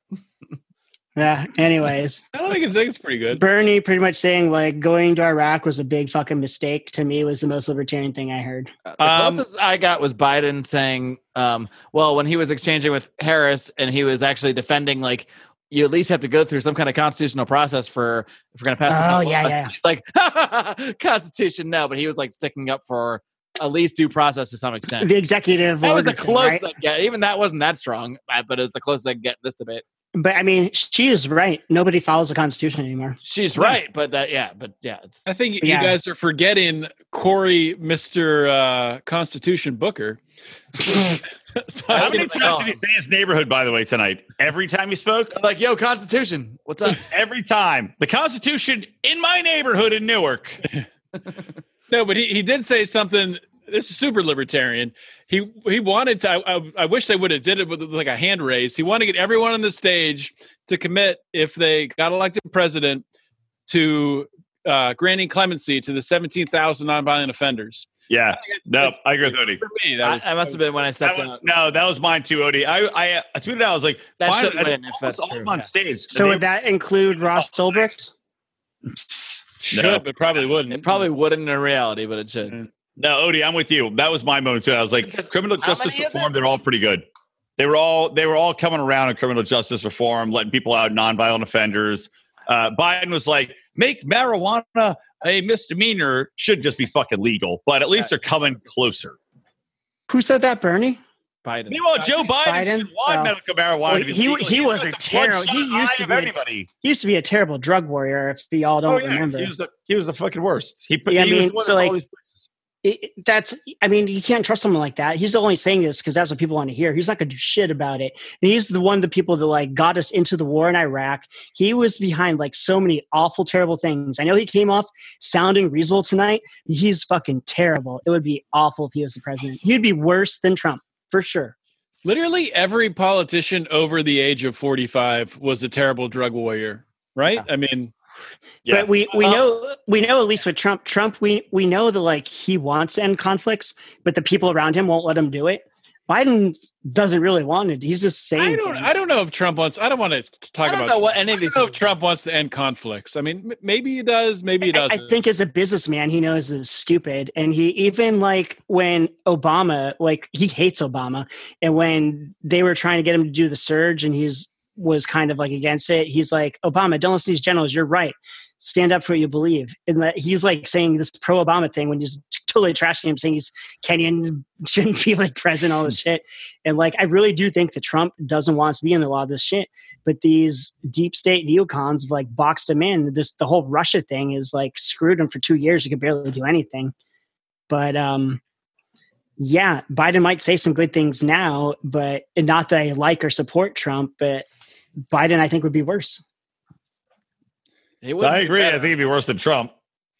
S2: Yeah.
S1: *laughs*
S2: Anyways,
S4: I don't think it's, I think it's pretty good.
S2: Bernie pretty much saying like going to Iraq was a big fucking mistake to me was the most libertarian thing I heard.
S1: Uh, The
S4: Um,
S1: closest I got was Biden saying, um, well, when he was exchanging with Harris and he was actually defending, like, you at least have to go through some kind of constitutional process for if we're going to pass.
S2: Oh,
S1: a
S2: yeah,
S1: law.
S2: yeah.
S1: He's like, *laughs* Constitution, no. But he was like sticking up for at least due process to some extent.
S2: The executive
S1: that was the
S2: order thing,
S1: closest
S2: right?
S1: I could get. Even that wasn't that strong, uh, but it was the closest I could get in this debate.
S2: But I mean, she is right. Nobody follows the Constitution anymore.
S1: She's
S4: Yeah.
S1: right, but that, yeah, but yeah, it's,
S4: I think
S2: Yeah.
S4: you guys are forgetting Corey, Mister uh, Constitution Booker. *laughs*
S3: How
S1: I'll
S3: many
S1: give him a
S3: times
S1: call.
S3: did he say his neighborhood, by the way, tonight? Every time he spoke?
S1: I'm like, yo, Constitution, what's *laughs* up?
S3: Every time. The Constitution in my neighborhood in Newark.
S4: No, but he, he did say something. This is super libertarian. He he wanted to. I, I, I wish they would have did it with like a hand raise. He wanted to get everyone on the stage to commit if they got elected president to uh, granting clemency to the seventeen thousand nonviolent offenders.
S3: Yeah. No, I agree with Odie.
S4: For me, that
S1: I,
S4: was,
S1: I must have been when I
S3: That
S1: stepped
S3: was,
S1: out.
S3: no, that was mine too, Odie. I, I, I tweeted out, I was like,
S1: That
S3: fine,
S1: should
S3: I-
S1: win if that's
S3: almost all
S1: true.
S3: of them on
S1: yeah.
S3: stage.
S2: So
S3: They- *laughs*
S2: would that include Ross Ulbricht?
S4: should,
S3: No.
S4: but probably wouldn't.
S1: It probably wouldn't in reality, but it should.
S3: No, Odie, I'm with you. That was my moment too. I was like,
S1: Because
S3: criminal
S1: how
S3: justice
S1: many is
S3: reform.
S1: it?
S3: They're all pretty good. They were all they were all coming around on criminal justice reform, letting people out, nonviolent offenders. Uh, Biden was like, make marijuana a misdemeanor should just be fucking legal, but at least they're coming closer.
S2: Who said that, Bernie?
S1: Biden.
S3: Meanwhile, Joe Biden,
S2: Biden?
S3: should want
S2: Oh.
S3: medical marijuana.
S2: Well,
S3: to be
S2: he-
S3: legal.
S2: he
S3: He's
S2: was
S3: like
S2: a
S3: the
S2: terror-
S3: bloodshot
S2: he used
S3: eye
S2: to
S3: of
S2: be a-
S3: anybody.
S2: He used to be a terrible drug warrior. If y'all don't
S3: oh yeah,
S2: remember,
S3: he was the he was the fucking worst. He put
S2: Yeah, I
S3: he was
S2: mean,
S3: the one
S2: so,
S3: in all
S2: like,
S3: these places.
S2: It- it- that's. I mean, you can't trust someone like that. He's only saying this because that's what people want to hear. He's not going to do shit about it. And he's the one of the people that like got us into the war in Iraq. He was behind like so many awful, terrible things. I know he came off sounding reasonable tonight. He's fucking terrible. It would be awful if he was the president. He'd be worse than Trump for sure.
S4: Literally every politician over the age of forty-five was a terrible drug warrior. Right? I mean,
S3: Yeah.
S2: But we, we
S1: Um,
S2: know we know at least with Trump, Trump we we know that like he wants to end conflicts, but the people around him won't let him do it. Biden doesn't really want it. He's just saying.
S4: I don't.
S2: things.
S4: I don't know if Trump wants. I don't want to talk
S1: I don't
S4: about.
S1: know what any of
S4: I
S1: these.
S4: don't know if Trump wants to end conflicts. I mean, m- maybe he does, maybe he
S2: I, I
S4: doesn't.
S2: think as a businessman, he knows it's stupid, and he even like when Obama, like he hates Obama, and when they were trying to get him to do the surge, and he's was kind of like against it. He's like, Obama, don't listen to these generals. You're right. Stand up for what you believe. And that he's like saying this pro Obama thing when he's t- totally trashing him, saying he's Kenyan *laughs* shouldn't be like president, all
S4: *laughs*
S2: this shit. And like, I really do think that Trump doesn't want us to be in a lot of this shit but these deep state neocons have like boxed him in. This the whole Russia thing is like screwed him for two years. He could barely do anything. But um, yeah, Biden might say some good things now, but and not that I like or support Trump, but Biden I think would be worse.
S1: He wouldn't
S3: I
S1: be
S3: agree. I
S1: better.
S3: think it'd be worse than Trump.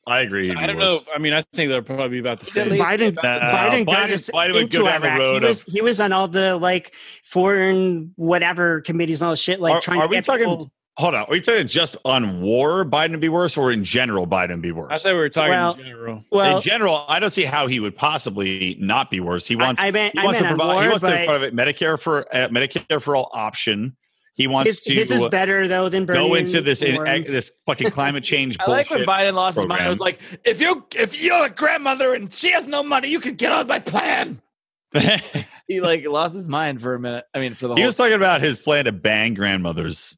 S3: I agree. he'd be
S4: I don't
S3: worse.
S4: know. I mean, I think they're probably about the
S1: He's at
S4: same.
S1: least
S2: Biden-
S1: about the
S3: Uh,
S1: same.
S2: Biden, got
S3: Biden-
S2: us
S3: Biden would
S2: into
S3: go down the
S2: Iraq.
S3: road
S2: he
S3: of-
S2: was he was on all the like foreign whatever committees and all this shit. Like
S3: Are-
S2: trying
S3: are
S2: to
S3: we
S2: get
S3: talking-
S2: people-
S3: Hold on. Are you talking just on war Biden would be worse or in general Biden be worse?
S4: I thought we were talking
S2: Well,
S4: in general.
S2: well,
S3: in general, I don't see how he would possibly not be worse. He wants
S2: I, I meant,
S3: he
S2: I
S3: wants
S2: meant
S3: to
S2: on
S3: provide he
S2: war,
S3: wants to
S2: but
S3: provide it Medicare for uh, Medicare for all option. He wants
S2: his,
S3: to uh,
S2: his is better though than Bernie.
S3: go into this in,
S2: Warren's.
S3: this fucking
S2: *laughs*
S3: climate change
S1: I like when
S3: bullshit.
S1: Biden lost his mind. I
S3: program.
S1: was like, if you if you're a grandmother and she has no money, you can get on my plan.
S4: *laughs*
S1: He like lost his mind for a minute. I mean, for the
S3: *laughs* he
S1: whole.
S3: was talking about his plan to bang grandmothers.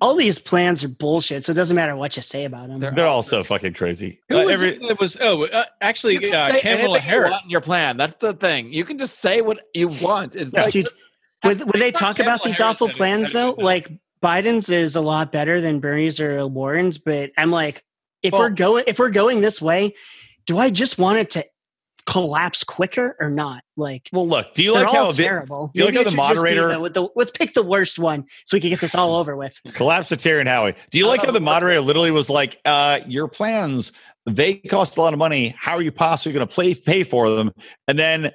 S2: all these plans are bullshit, so it doesn't matter what you say about them.
S1: They're-
S3: They're all so fucking crazy.
S4: Who
S3: Uh,
S4: was
S3: every-
S4: it that was? Oh, uh,
S1: you
S4: actually,
S1: can
S4: uh,
S1: say
S4: Kamala
S1: anything you want
S4: Harris.
S1: in your plan. That's the thing. You can just say what you want. Is
S3: Yeah.
S1: like,
S2: Dude, when, when they
S4: Not
S2: talk about
S4: Kamala
S2: these
S4: Harris
S2: awful
S4: had it-
S2: plans,
S4: had it
S2: though,
S4: better.
S2: like Biden's is a lot better than Bernie's or Warren's. But I'm like, if
S3: Well-
S2: we're going, if we're going this way, do I just want it to collapse quicker or not? Like,
S3: well, look. Do you
S2: they're
S3: like
S2: all
S3: how vi-
S2: terrible.
S3: do you like
S2: Maybe
S3: how
S2: it
S3: the
S2: should just be
S3: moderator-
S2: the- with the- let's pick the worst one so we can get this all over with.
S3: Collapse the Terry and Howie. Do you
S1: I
S3: like
S1: don't
S3: how
S1: know
S3: the
S1: what's
S3: moderator literally was like, uh, your plans They cost a lot of money. How are you possibly going to play pay for them? And then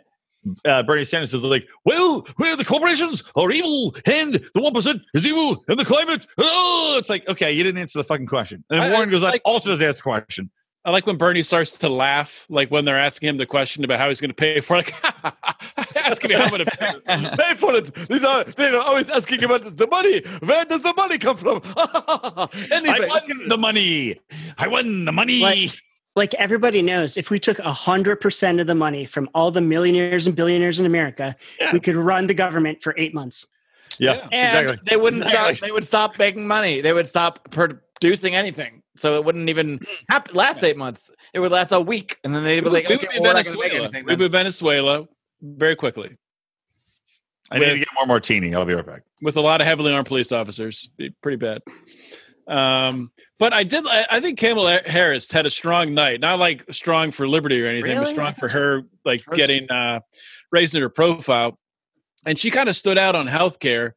S3: uh, Bernie Sanders is like, well, well, the corporations are evil, and the one percent is evil, and the climate. Oh, it's like okay, you didn't answer the fucking question. And
S4: I-
S3: Warren
S4: I
S3: goes like,
S4: like-
S3: also doesn't answer the question. *laughs*
S4: I like when Bernie starts to laugh, like when they're asking him the question about how he's going to pay for. it. *laughs* Like, asking me how I'm going to pay.
S3: *laughs*
S1: *laughs*
S3: pay for it. These are they're always asking about the money. Where does the money
S1: *laughs*
S3: come from? I won the money. I won the money.
S2: Like- Like everybody knows, if we took hundred percent of the money from all the millionaires and billionaires in America,
S3: Yeah.
S2: we could run the government for eight months.
S3: yeah,
S1: And
S3: exactly.
S1: they wouldn't stop.
S3: Exactly.
S1: They would stop making money. They would stop producing anything. So it wouldn't even happen. Last eight months, it would last a week, and then they'd be
S4: We
S1: like,
S4: would- we
S1: "Okay,
S4: would be
S1: well, we're not going to make
S4: Venezuela.
S1: anything."
S4: We
S1: then.
S4: would be Venezuela very quickly
S3: I need to
S4: with-
S3: get more martini. I'll be right back.
S4: with a lot of heavily armed police officers. Be pretty bad. Um, but I did. I, I think Kamala Harris had a strong night. Not like strong for liberty or anything, but
S1: Really?
S4: strong for her, like
S1: Hers-
S4: getting uh, raising her profile. And she kind of stood out on healthcare.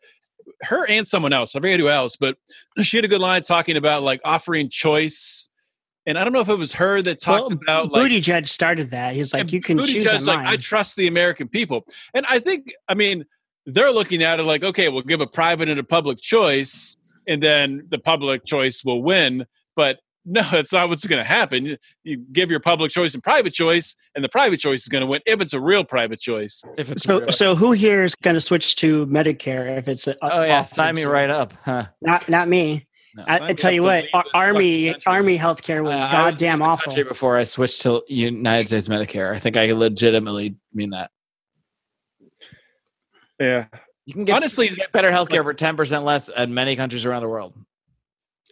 S4: Her and someone else, I forget who else, but she had a good line talking about like offering choice. And I don't know if it was her that talked about like
S2: Booty Judge started that. He's like,
S4: and
S2: you can
S4: Buttigieg
S2: choose
S4: is
S2: on
S4: like,
S2: mine.
S4: I trust the American people, and I think I mean they're looking at it like, okay, we'll give a private and a public choice, and then the public choice will win. But *laughs* no, that's not what's going to happen. You- You give your public choice and private choice, and the private choice is going to win if it's a real private choice.
S1: If it's
S2: so, so who here is going to switch to Medicare if it's?
S1: oh yeah, sign me right up. Huh.
S2: Not, not me.
S1: No.
S2: I, I tell you what, Ar- Army Army healthcare was
S1: Uh, I was
S2: goddamn awful.
S1: Country Before I switched to United States Medicare, I think I legitimately mean that.
S4: Yeah,
S1: You can get
S4: Honestly,
S1: you can get better healthcare for ten percent less in many countries around the world.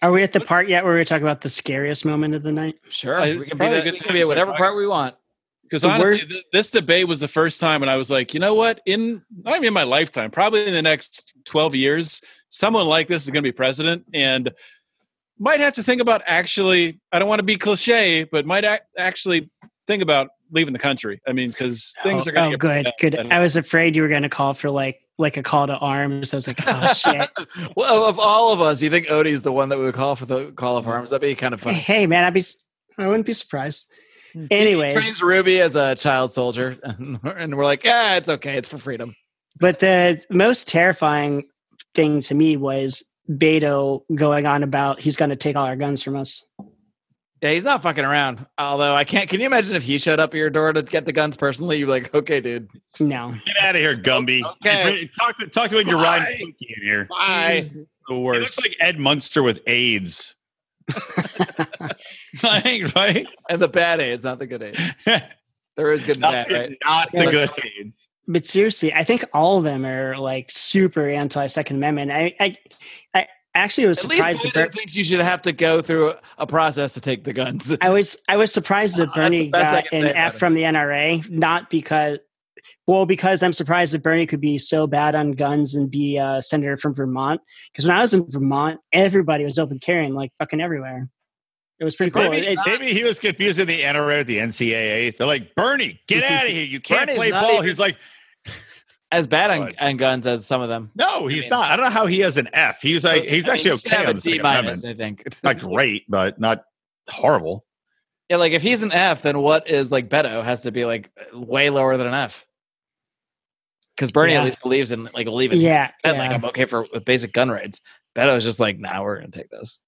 S2: Are we at the part yet where we talk about the scariest moment of the night?
S1: Sure,
S4: Uh,
S1: we
S4: it's
S1: can be,
S4: probably a
S1: that,
S4: good
S1: we
S4: time
S1: can be
S4: to
S1: at
S4: start
S1: whatever
S4: talking.
S1: part we want.
S4: because
S2: The
S4: honestly,
S2: worst-
S4: th- this debate was the first time when I was like, you know what? In not even in my lifetime, probably in the next twelve years, someone like this is going to be president, and might have to think about actually. I don't want to be cliche, but might ac actually think about leaving the country. I mean, because things
S2: oh,
S4: are going
S2: oh,
S4: to
S2: good, good.
S4: better.
S2: I was afraid you were going to call for like like a call to arms. I was like,
S4: *laughs*
S2: oh shit.
S1: Well, of all of us, you think Odie's the one that would call for the call of arms? That'd be kind of funny.
S2: hey man, I'd be s- I wouldn't be surprised.
S1: Hmm.
S2: Anyways,
S1: trains Ruby as a child soldier, *laughs* and we're like, yeah, it's okay, it's for freedom.
S2: but the most terrifying thing to me was Beto going on about he's going to take all our guns from us.
S1: Yeah, he's not fucking around. Although I can't. Can you imagine if he showed up at your door to get the guns personally? You're like, okay, dude,
S2: No,
S3: Get out of here, Gumby.
S1: Okay.
S3: Talk to talk to when you're
S1: Bye.
S3: Ryan Finke in here.
S1: bye.
S4: the
S3: He
S4: worst.
S3: *laughs* looks like Ed Munster with AIDS. *laughs* I think right.
S1: And the bad AIDS, not the good AIDS. There is good and
S3: not
S1: bad, right?
S3: not
S2: Yeah,
S3: the good AIDS.
S2: but seriously, I think all of them are like super anti Second Amendment. I, I, I actually was
S1: At least
S2: surprised. that
S1: Biden
S2: Ber-
S1: thinks you should have to go through a, a process to take the guns. *laughs*
S2: I was I was surprised that
S1: Uh, That's
S2: Bernie
S1: the best I
S2: got
S1: can
S2: an
S1: say about
S2: F
S1: it.
S2: from the NRA, not because. Well, because I'm surprised that Bernie could be so bad on guns and be a senator from Vermont. Because when I was in Vermont, everybody was open carrying like fucking everywhere. It was pretty cool.
S3: Maybe,
S2: It's-
S3: maybe he was confusing the NRA with the NCAA. They're like, Bernie,
S1: *laughs*
S3: get out of here. You can't
S1: Bernie's
S3: play
S1: not
S3: ball.
S1: even-
S3: He's like,
S1: As bad on,
S3: God.
S1: on guns as some of them.
S3: no, he's
S1: mean-
S3: not. I don't know how he has an F. He's like, he's
S1: I mean,
S3: actually
S1: you should
S3: okay
S1: have
S3: on
S1: a
S3: the
S1: D
S3: Second
S1: minus,
S3: Amendment.
S1: I think. It's
S3: Not great, but not horrible.
S1: Yeah, like if he's an F, then what is like Beto has to be like way lower than an F. Because Bernie
S2: Yeah.
S1: at least believes in like believe in
S2: yeah,
S1: that,
S2: yeah.
S1: like I'm okay for with basic gun rights. Beto's just like, nah, we're gonna take this.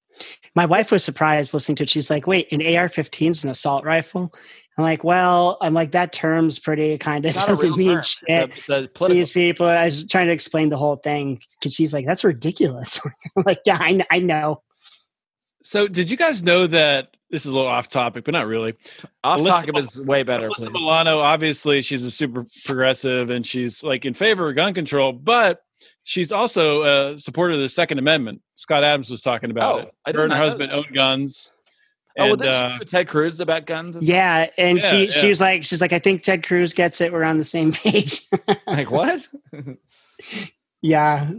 S2: *laughs* My wife was surprised listening to it. She's like, "Wait, an AR-15 is an assault rifle?" I'm like, "Well, I'm like that term's pretty kind of
S1: It's not a
S2: doesn't
S1: real
S2: mean
S1: term. It's
S2: shit."
S1: a- it's a political
S2: These people, I was trying to explain the whole thing because she's like, "That's ridiculous." *laughs* I'm like, "Yeah, I, kn- I know."
S4: so, did you guys know that this is a little off topic, but not really?
S1: off
S4: Alyssa-
S1: talk is way better.
S4: Alyssa
S1: please.
S4: Milano, obviously, she's a super progressive and she's like in favor of gun control, but she's also a supporter of the Second Amendment. Scott Adams was talking about
S1: Oh,
S4: it.
S1: I did
S4: Her and
S1: not
S4: her
S1: know
S4: husband
S1: that.
S4: own guns.
S1: Oh, well,
S4: and,
S1: didn't she
S4: uh,
S1: do a Ted Cruz about guns? and
S2: Yeah, and
S4: Yeah,
S2: she
S4: yeah.
S2: she was like, she's like, "I think Ted Cruz gets it. We're on the same *laughs* page."
S1: stuff? like
S2: *laughs*
S1: what?
S2: yeah.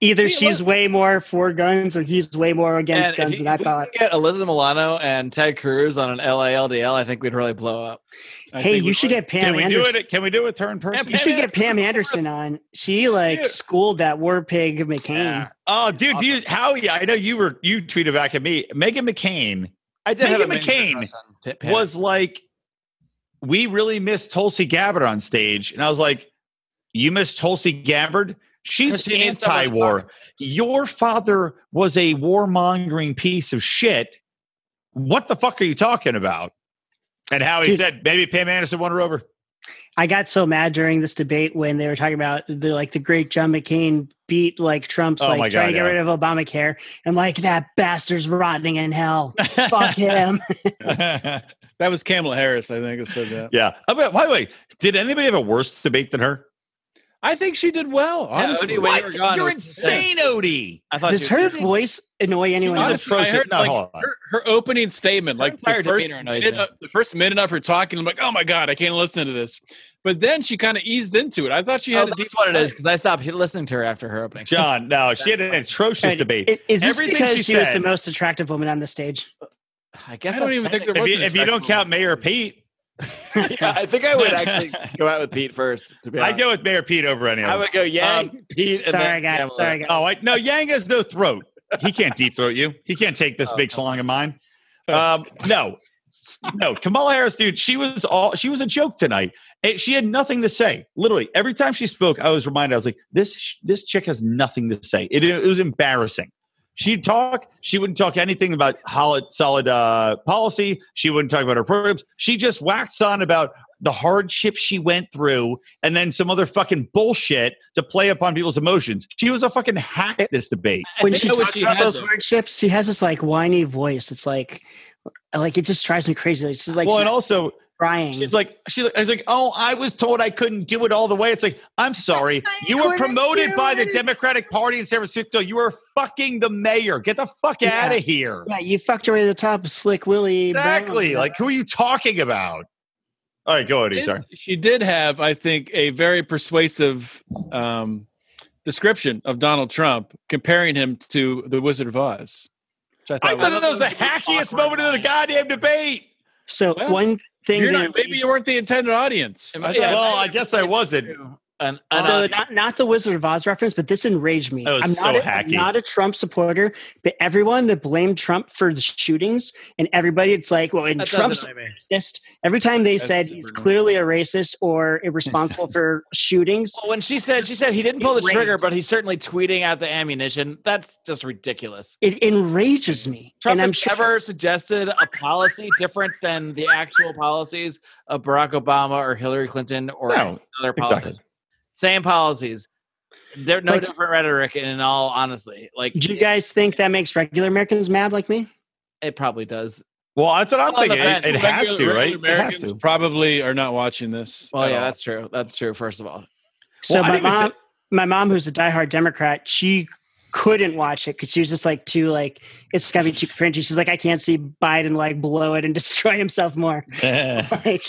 S2: Either
S4: See,
S2: she's way more for guns or he's way more against
S1: And if
S2: guns
S1: you-
S2: than I
S1: if we
S2: thought.
S1: could Get Alyssa Milano and Ted Cruz on an LALDL. I think we'd really blow up.
S4: I
S2: hey,
S4: think
S2: you
S4: we-
S2: should get Pam
S3: Can we
S2: Anderson.
S3: do it? Can we do it? Turn person.
S2: You should get Pam Anderson on. She like
S4: Dude.
S2: schooled that war pig McCain.
S3: Yeah. Oh, dude, do you, Howie, I know you were you tweeted back at me. Megan McCain
S1: I did have a
S3: Megan
S1: manager
S3: McCain
S1: dress on Pam.
S3: was like, "We really missed Tulsi Gabbard on stage," and I was like, "You missed Tulsi Gabbard? She's
S1: 'Cause she needs someone to
S3: anti-war. Your father was a warmongering piece of shit. What the fuck are you talking about?" And Howie
S2: Dude.
S3: said, "Maybe Pam Anderson won her over."
S2: I got so mad during this debate when they were talking about the like the great John McCain beat like Trump's
S3: Oh
S2: like
S3: my
S2: trying to
S3: God,
S2: get
S3: yeah.
S2: rid of Obamacare and like that bastard's rotting in hell. Fuck him.
S3: *laughs* yeah.
S4: That was Kamala Harris, I think, that said that.
S3: I mean, by the way, did anybody have a worse debate than her?
S4: I think she did well.
S1: Yeah,
S4: Honestly,
S1: Odie, when you were gone,
S3: You're
S1: it was-
S3: insane, Odie.
S1: I thought
S2: Does
S1: she was-
S2: her voice annoy anyone else?
S4: Honestly, I
S3: atrocious-
S4: heard
S3: no,
S4: like,
S3: hold on.
S4: her, her opening statement, like
S1: entire
S4: the first,
S1: demeanor annoys
S4: minute,
S1: me.
S4: uh, the first minute of her talking, I'm like, oh my god, I can't listen to this. But then she kind of eased into it. I thought she
S1: Oh,
S4: had a
S1: that's
S4: decent
S1: what it is
S4: fight.
S1: because I stopped he- listening to her after her opening.
S3: John, no,
S4: *laughs*
S3: she had an atrocious
S2: And
S3: debate.
S2: i- Is this
S3: Everything
S2: because
S3: she
S2: she, was the
S3: said-
S2: most attractive woman on the stage?
S1: I guess
S4: I don't
S1: that's
S4: even think
S1: technically-
S4: there
S3: if
S4: was
S3: you,
S4: an
S3: if you don't
S4: attraction.
S1: *laughs*
S3: count Mayor Pete,
S1: yeah, I think I
S2: *laughs*
S1: would actually go out with Pete first. To be
S3: I
S1: honest.
S3: go with Mayor Pete over any
S1: I
S3: of them.
S1: would go Yang, Um, Pete. And
S2: Sorry,
S1: then
S2: guys.
S1: Kamala.
S2: Sorry, guys.
S3: Oh, I, no, Yang has no throat. He can't deep throat you. He can't take this
S1: Oh,
S3: big
S1: come
S3: slong
S1: *laughs*
S3: of mine. Um, no, no, Kamala Harris, dude, she was all she was a joke tonight. It- she had nothing to say. Literally, every time she spoke, I was reminded. I was like, this sh- this chick has nothing to say. It, it was embarrassing. She'd talk. She wouldn't talk anything about solid, solid uh, policy. She wouldn't talk about her programs. She just waxed on about the hardship she went through, and then some other fucking bullshit to play upon people's emotions. She was a fucking hack at this debate.
S1: I
S2: when
S1: think
S2: she
S1: I would-
S2: talks
S4: she
S2: about
S4: had,
S2: those
S4: though.
S2: hardships, she has this like whiny voice. It's like, like it just drives me crazy. It's just like
S3: well,
S2: she's
S3: and also
S2: crying.
S3: She's like, she's like, I was like, oh, I was told I couldn't do it all the way. It's like, I'm sorry, you were
S2: couldn't
S3: promoted
S2: do
S3: by the
S2: it.
S3: Democratic Party in San Francisco. You were fucking the mayor. Get the fuck
S2: Yeah.
S3: out of here.
S2: yeah, you fucked her way to the top, Slick Willie. Brown.
S3: Exactly. Like, who are you talking about? All right, go Odie.
S4: Did-
S3: Sorry.
S4: She did have, I think, a very persuasive um, description of Donald Trump, comparing him to the Wizard of Oz. Which
S3: I thought that was the
S1: awkward
S3: hackiest moment of the
S1: line.
S3: goddamn debate.
S2: So
S4: Well,
S2: one thing
S4: You're
S2: that
S4: not, maybe you weren't the intended audience. I
S1: Yeah,
S3: well,
S1: maybe
S3: I guess I wasn't.
S1: An, an, uh,
S2: so not, not the Wizard of Oz reference, but this enraged me.
S3: That was
S2: I'm
S3: so
S2: not a,
S3: hacky.
S2: I'm not a Trump supporter, but everyone that blamed Trump for the shootings and everybody, it's like, well, and
S1: that
S2: Trump's
S1: doesn't annoy me.
S2: racist. Every time they
S4: That's
S2: said
S4: super
S2: he's
S4: annoying.
S2: clearly a racist or
S3: *laughs*
S2: irresponsible for shootings,
S1: Well, when she said she said he didn't pull the
S2: It rained.
S1: trigger, but he's certainly tweeting out the ammunition. That's just ridiculous.
S2: it enrages me.
S1: Trump
S2: and I'm
S1: has
S2: sure
S1: never suggested a policy different than the actual policies of Barack Obama or Hillary Clinton or
S3: No,
S1: other
S3: exactly.
S1: politicians. Same policies. There, no
S2: Like-
S1: different rhetoric. And in all honesty, like
S2: do you guys think that makes regular Americans mad like me?
S1: it probably does.
S3: Well, that's what I'm
S1: Well, the
S3: thinking. It,
S1: fact-
S3: it has to,
S4: Regular-
S3: right?
S4: regular
S3: It has
S4: Americans
S3: to. Oh,
S4: probably are not watching this.
S1: Well,
S4: at
S1: Oh, yeah,
S4: all.
S1: that's true. That's true. First of all,
S2: So
S3: Well, I
S2: my
S3: didn't even
S2: mom, my mom, who's a diehard Democrat, she couldn't watch it because she was just like too like it's gotta be too cringy. She's like, I can't see Biden like blow it and *laughs* destroy himself
S3: *laughs*
S2: more. Like,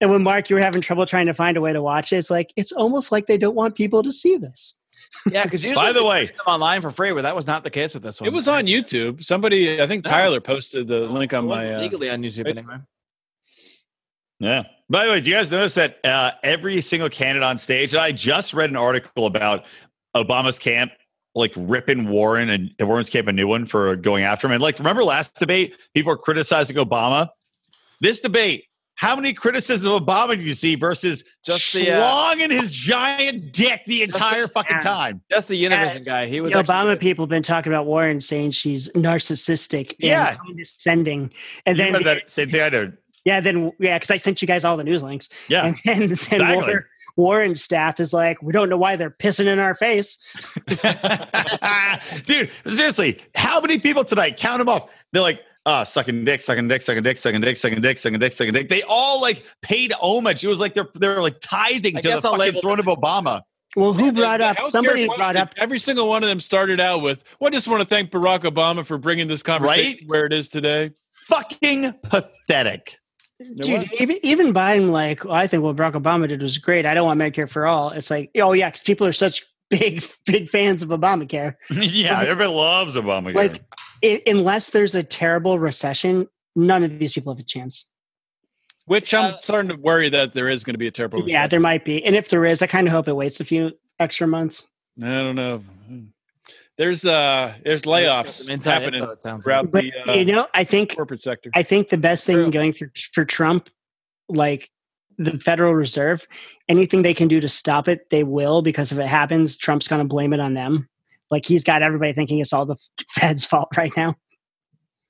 S2: and when Mark, you were having trouble trying to find a way to watch it, it's like it's almost like they don't want people to see this.
S1: yeah, *laughs* because usually
S3: By the
S1: they
S3: way-
S1: put them online for free, but that was not the case with this one.
S4: It was on YouTube. Somebody, I think
S1: No.
S4: Tyler posted the link on
S1: It wasn't
S4: my. Uh,
S1: legally on YouTube
S4: Facebook.
S1: anyway.
S3: Yeah. By the way, do you guys notice that uh, every single candidate on stage? And I just read an article about Obama's camp, like ripping Warren and and Warren's camp a new one for going after him. And like, remember last debate, people were criticizing Obama. This debate, how many criticisms of Obama do you see versus
S1: Just
S3: just
S1: the, uh,
S3: Schlong and his giant dick the
S1: Just the-
S3: entire fucking
S2: yeah.
S3: time?
S1: Just the Univision guy. He was
S2: The
S1: actually-
S2: Obama people have been talking about Warren saying she's narcissistic
S3: Yeah.
S2: and condescending, and
S3: You
S2: then
S3: read that same thing I did.
S2: yeah, then yeah, because I sent you guys all the news links.
S3: Yeah.
S2: And then, *laughs* then
S3: Exactly.
S2: Warren, Warren's staff is like, we don't know why they're pissing in our face.
S3: *laughs* Dude, seriously, how many people tonight? Count them off. They're like, uh, sucking dick, sucking dick, sucking dick, sucking dick, sucking dick, sucking dick, sucking dick. They all like paid homage. It was like they're they're like tithing
S1: I
S3: to the
S1: guess I'll
S3: fucking
S1: label
S3: throne of
S1: this-
S3: Obama.
S2: Well, who
S4: the- the
S2: brought up?
S4: healthcare
S2: Somebody brought
S4: question,
S2: up.
S4: Every single one of them started out with, "Well, I just want to thank Barack Obama for bringing this conversation
S3: Right?
S4: where it is today."
S3: Fucking pathetic.
S1: *laughs*
S2: Dude, even, even Biden, like, "Well, I think what Barack Obama did was great. I don't want Medicare for all. It's like, oh, yeah, because people are such *laughs* big, big fans of Obamacare.
S3: yeah, everybody loves Obama.
S2: Like, i unless there's a terrible recession, none of these people have a chance.
S4: Which I'm
S1: Uh,
S4: starting to worry that there is going to be a terrible.
S2: Yeah, there might be. And if there is, I kind of hope it waits a few extra months.
S4: I don't know. There's uh, there's layoffs
S1: Some inside
S4: happening
S1: info, it sounds like.
S4: throughout
S2: But
S4: the
S2: you
S4: uh,
S2: know, I think
S4: corporate sector.
S2: I think the best thing
S1: True.
S2: going for for Trump, like the Federal Reserve, anything they can do to stop it, they will because if it happens, Trump's going to blame it on them. Like he's got everybody thinking it's all the *laughs* Fed's fault right now.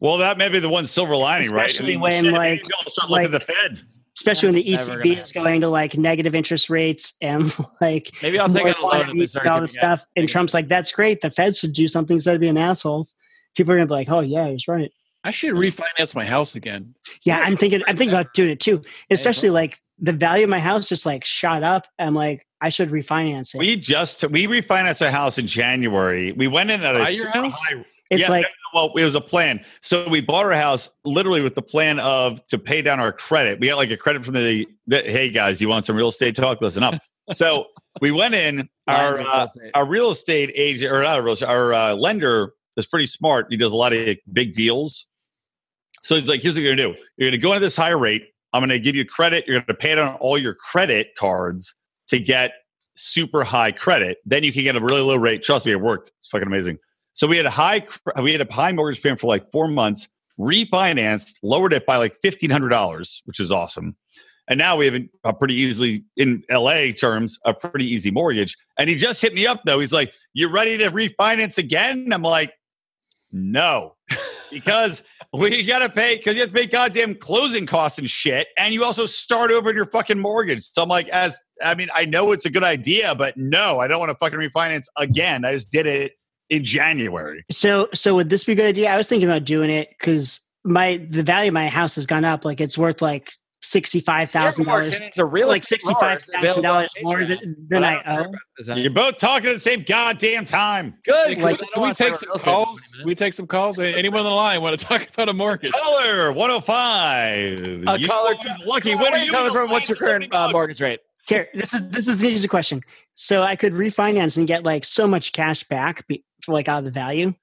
S3: Well, that may be the one silver lining, right?
S2: Especially
S3: mean,
S2: when,
S3: shit, maybe
S2: like-
S3: we all start looking at the Fed.
S2: Especially when the
S1: That's never gonna
S2: ECB is going to like negative interest rates and *laughs* like
S1: Maybe I'll take
S2: more
S1: out a loan if they
S2: quantities
S1: start
S2: and all
S1: giving
S2: this
S1: out.
S2: stuff. And Trump's like, "That's great. The Fed should do something instead of being assholes." People are gonna be like, "Oh yeah, he's right."
S4: I should refinance my house again.
S2: Yeah, I'm thinking. I'm thinking about doing it too. Especially like the value of my house just like shot up. I'm like, I should refinance it.
S3: We just we refinanced our house in January. We went in at a
S4: Buy your
S3: super
S4: house?
S3: high-
S2: it's
S3: yeah,
S2: like
S3: well, it was a plan. So we bought our house literally with the plan of to pay down our credit. We got like a credit from the, the hey guys, you want some real estate talk? Listen up. so we went in.
S1: Lions
S3: Our
S1: are
S3: uh,
S1: close.
S3: our real estate agent or not a real estate, our uh, lender is pretty smart. He does a lot of big deals. So he's like, here's what you're gonna do. You're gonna go into this higher rate. I'm gonna give you credit. You're gonna pay it on all your credit cards to get super high credit. Then you can get a really low rate. Trust me, it worked. It's fucking amazing. So we had a high cr- we had a high mortgage payment for like four months, refinanced, lowered it by like fifteen hundred dollars, which is awesome. And now we have a- a pretty easily in LA terms, a pretty easy mortgage. And he just hit me up though. He's like, You ready to refinance again? And I'm like, No. *laughs* because we gotta pay because you have to pay goddamn closing costs and shit. And you also start over in your fucking mortgage. So I'm like, as I mean, I know it's a good idea, but no, I don't want to fucking refinance again. I just did it in January.
S2: so. So would this be a good idea? I was thinking about doing it because my the value of my house has gone up. Like it's worth like sixty five thousand dollars.
S1: to real
S2: Like
S1: estate
S2: sixty five thousand dollars
S1: available on
S2: more
S1: Patreon,
S2: than,
S1: but
S2: than
S1: I
S2: I
S1: don't care
S2: owe.
S1: about this
S3: You're
S1: anymore.
S3: both talking at the same goddamn time.
S4: Hey,
S1: Good. Like,
S4: can we,
S1: I don't
S4: can we
S1: wanna talk
S4: take
S1: about
S4: some
S1: real estate in
S4: calls?
S1: 20
S4: We
S1: minutes.
S4: take some calls. Anyone on the line want to talk about a mortgage?
S3: Caller 105.
S1: A
S3: You
S1: caller
S3: are lucky. What are you
S1: coming from? What's your current uh, mortgage rate?
S2: Here, this is this is an easy question. So I could refinance and get like so much cash back, be, for like out of the value,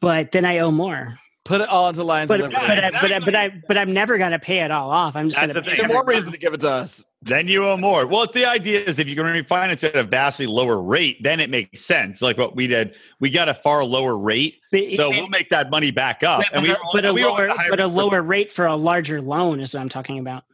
S2: but then I owe more.
S1: Put it all into lines.
S2: But
S1: and
S2: but,
S1: live
S3: yeah,
S1: with it.
S2: I, but I, but I but I'm never gonna pay it all off. I'm just
S3: That's
S2: gonna
S3: the
S2: pay
S3: thing.
S2: every
S1: Even more
S2: month.
S1: reason to give it to us.
S3: Then you owe more. Well, the idea is if you can refinance at a vastly lower rate, then it makes sense. Like what we did, we got a far lower rate.
S2: But-
S3: So we'll make that money back up.
S2: but,
S3: and we
S2: a- but a
S3: we
S2: lower
S3: higher-
S2: but a lower rate for a larger loan is what I'm talking about.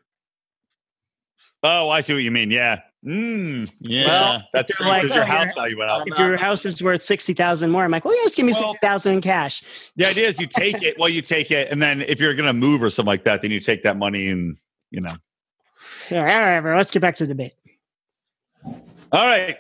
S3: Oh, I see what you mean. Yeah. Mm, yeah.
S1: Well,
S3: that's
S2: if
S3: true
S2: you're like,
S3: because your
S2: oh,
S3: house
S2: you're-
S3: value went up.
S2: If your house is worth sixty thousand more, I'm like, well, yeah, just give me
S3: Well-
S2: sixty thousand in cash.
S3: The idea is you take it. Well, you take it, and then if you're going to move or something like that, then you take that money and you know.
S2: All right, whatever. Let's get back to the
S1: *laughs*
S2: debate.
S3: All right.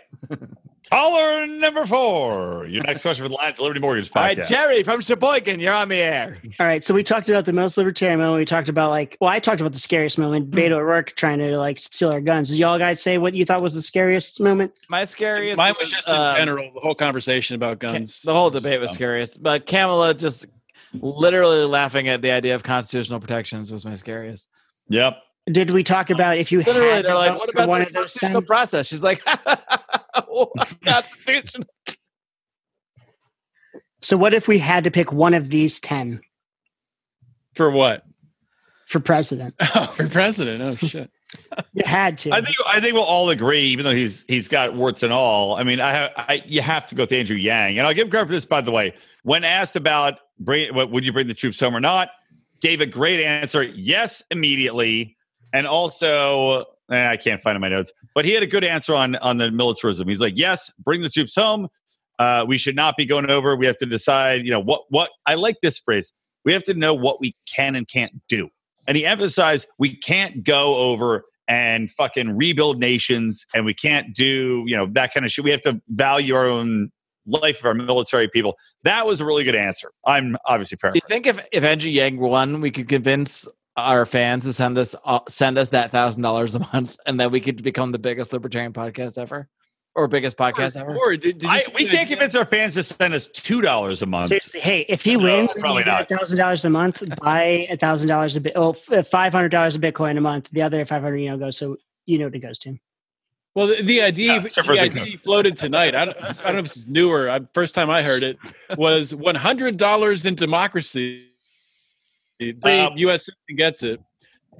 S3: Caller number four. Your next question for the Lions Liberty Mortgage
S1: All right,
S3: podcast.
S1: Jerry from Sheboygan, you're on the air.
S2: All right, so we talked about the most libertarian moment. We talked about like, well, I talked about the scariest moment,
S1: Hmm.
S2: Beto O'Rourke trying to like steal our guns. Did y'all guys say what you thought was the scariest moment?
S1: My scariest.
S4: Mine was just in
S1: um,
S4: general the whole conversation about
S1: Ca-
S4: guns.
S1: The whole debate was
S4: Um,
S1: scariest, but Kamala just literally laughing at the idea of constitutional protections was my scariest.
S3: Yep.
S2: Did we talk about if you
S1: Literally,
S2: had to
S1: they're like,
S2: vote
S1: "What
S2: for
S1: about
S2: one
S1: the
S2: of those
S1: constitutional
S2: ten?"
S1: process?" She's like, *laughs* "Constitutional."
S2: So what if we had to pick one of these ten
S4: For what? *laughs*
S2: for president?
S4: Oh, for president. Oh shit.
S2: You had to.
S3: I think I think we'll all agree, even though he's he's got warts and all. I mean, I, ha- I you have to go with Andrew Yang, and I'll give credit for this. By the way, when asked about bring, what, would you bring the troops home or not, gave a great answer: yes, immediately, and also eh, I can't find it in my notes, but he had a good answer on on the militarism. He's like, yes, bring the troops home. Uh, we should not be going over. We have to decide. You know what? What I like this phrase: we have to know what we can and can't do. And he emphasized we can't go over and fucking rebuild nations and we can't do you know that kind of shit we have to value our own life of our military people that was a really good answer i'm obviously
S1: Do you
S3: paraphrasing
S1: think if if Andrew Yang won, we could convince our fans to send us uh, send us that thousand dollars a month, and then we could become the biggest libertarian podcast ever, or biggest podcast ever?
S4: Or did, did you
S3: I,
S4: see
S3: we
S4: the
S3: can't
S4: idea-
S3: convince our fans to send us two dollars a month
S2: Seriously, hey, if he
S3: Um, No,
S2: wins,
S3: probably not.
S2: thousand dollars a month, buy a thousand dollars a bit, oh, five hundred dollars a Bitcoin a month. The other five hundred, you know, goes so you know what it goes to.
S4: Well, the, the idea,
S3: Yeah,
S4: the
S3: strippers and
S4: idea he floated tonight. I don't, I don't know if it's newer. I, uh, first time I heard it was one hundred dollars in democracy. The
S3: Uh,
S4: U.S. citizen gets it,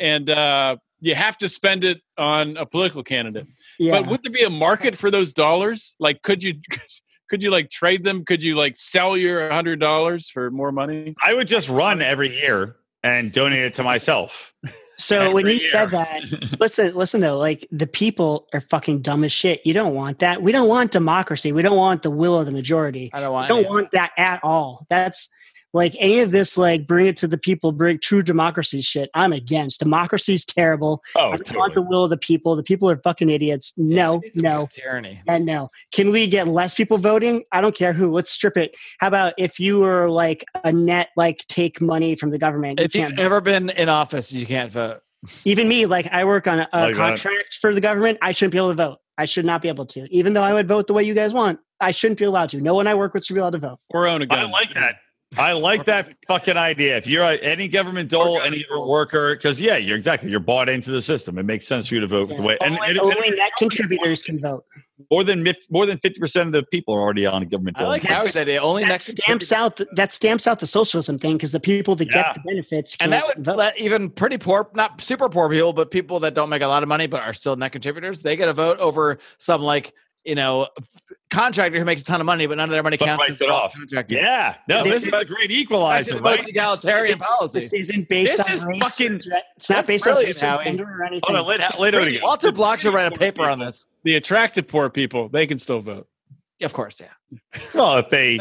S4: and uh, you have to spend it on a political candidate.
S2: Yeah.
S4: But would there be a market for those dollars? Like, could you? *laughs* Could you like trade them? Could you like sell your hundred dollars for more money?
S3: I would just run every year and donate it to myself.
S2: so when you
S3: every
S2: said that,
S3: *laughs*
S2: listen, listen though, like the people are fucking dumb as shit. You don't want that. We don't want democracy. We don't want the will of the majority.
S1: I don't
S2: I
S1: want.
S2: don't
S1: any-
S2: want that at all. That's like any of this, like bring it to the people, bring true democracy shit. I'm against. Democracy's terrible.
S3: Oh,
S2: I don't want the
S3: totally.
S2: will of the people. The people are fucking idiots. No,
S1: It's a
S2: no,
S1: good tyranny.
S2: and no. Can we get less people voting? I don't care who. Let's strip it. How about if you were like a net, like take money from the government? You
S1: If
S2: can't.
S1: you've ever been in office, you can't vote.
S2: Even me, like I work on a, a
S3: Like that.
S2: contract for the government. I shouldn't be able to vote. I should not be able to. Even though I would vote the way you guys want, I shouldn't be allowed to. No one I work with should be allowed to vote.
S4: Or own a gun?
S3: I like that. I like that fucking idea. If you're a, any government dole, any government worker, because yeah, you're exactly you're bought into the system. It makes sense for you to vote the way. And,
S2: only,
S3: and-
S2: only
S3: and
S2: net contributors can vote.
S3: more than mif- more than fifty percent of the people are already on a government
S1: I
S3: dole.
S1: like
S2: That's-
S1: Howie's idea. Only
S2: that
S1: next
S2: stamps out the, that stamps out the socialism thing because the people that
S3: Yeah.
S2: get the benefits
S1: and
S2: can't
S1: that would
S2: vote.
S1: let even pretty poor, not super poor people, but people that don't make a lot of money but are still net contributors, they get a vote over some like you know contractor who makes a ton of money, but none of their money
S3: But
S1: counts.
S3: writes
S1: as
S3: it
S1: a
S3: off.
S1: Contractor.
S3: yeah, no,
S2: This
S3: this
S2: is-
S3: is a great
S1: It's
S3: equalizer,
S1: actually the most
S3: right?
S1: egalitarian
S2: this
S1: policy.
S2: isn't based
S3: This
S2: on
S3: is
S2: race.
S3: fucking-
S2: it's not
S1: that's
S2: based on
S1: brilliant,
S2: race or
S1: Howie.
S2: gender or anything.
S3: Hold on, let, let Odie go.
S1: Walter Block should write a paper on this.
S4: The attractive poor people they can still vote.
S1: Of course, yeah.
S3: Well, if they,